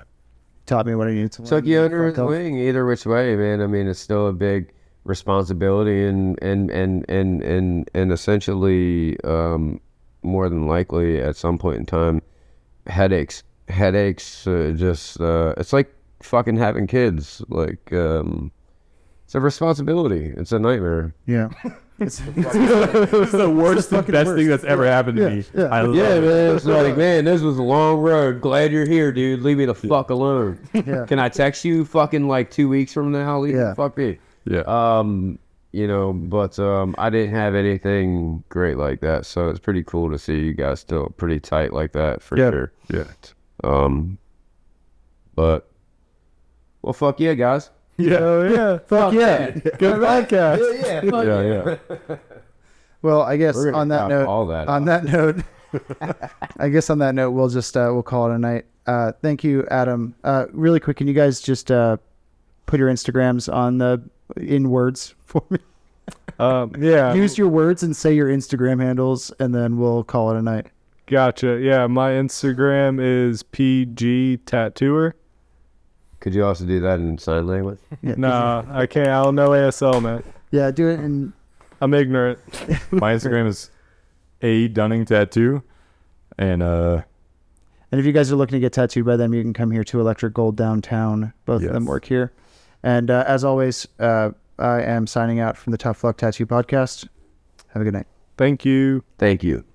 Speaker 3: taught me what I needed to.
Speaker 4: took
Speaker 3: learn.
Speaker 4: you under his
Speaker 3: Fuck off.
Speaker 4: wing either which way, man. I mean, it's still a big responsibility and and and and and and essentially um, more than likely at some point in time, headaches, headaches. Uh, just uh, it's like fucking having kids. Like um, It's a responsibility. It's a nightmare.
Speaker 6: Yeah.
Speaker 1: It's the worst, the best thing that's ever happened to me. I love
Speaker 4: Yeah,
Speaker 1: it.
Speaker 4: man. It's like, man, this was a long road. Glad you're here, dude. Leave me the fuck alone. Can I text you fucking like two weeks from now? Leave yeah.
Speaker 6: Yeah.
Speaker 4: Fuck me.
Speaker 1: Yeah.
Speaker 4: Um, you know, but um, I didn't have anything great like that, so it's pretty cool to see you guys still pretty tight like that for
Speaker 2: Yeah.
Speaker 4: sure.
Speaker 1: yeah.
Speaker 4: Um, but well, fuck yeah, guys.
Speaker 2: Oh yeah.
Speaker 6: Fuck yeah.
Speaker 2: Good podcast.
Speaker 4: Yeah,
Speaker 1: Yeah, yeah.
Speaker 3: Well, I guess
Speaker 4: We're gonna
Speaker 3: on that
Speaker 4: cop
Speaker 3: note,
Speaker 4: all that
Speaker 3: on that note, I guess on that note, we'll just uh, we'll call it a night. Uh, thank you, Adam. Uh, really quick, can you guys just uh, put your Instagrams on the in words for me?
Speaker 2: Um,
Speaker 4: Uh,
Speaker 2: yeah.
Speaker 3: Use your words and say your Instagram handles, and then we'll call it a night.
Speaker 2: Gotcha. Yeah, my Instagram is PG Tattooer.
Speaker 4: Could you also do that in sign language?
Speaker 2: Nah, I can't. I don't know ASL, man.
Speaker 3: Yeah, do it in
Speaker 2: I'm ignorant.
Speaker 1: My Instagram is a Dunning Tattoo, and uh,
Speaker 3: And if you guys are looking to get tattooed by them, you can come here to Electric Gold downtown. Both of them
Speaker 1: Yes.
Speaker 3: work here. And uh, as always, uh, I am signing out from the Tough Luck Tattoo Podcast. Have a good night.
Speaker 2: Thank you.
Speaker 4: Thank you.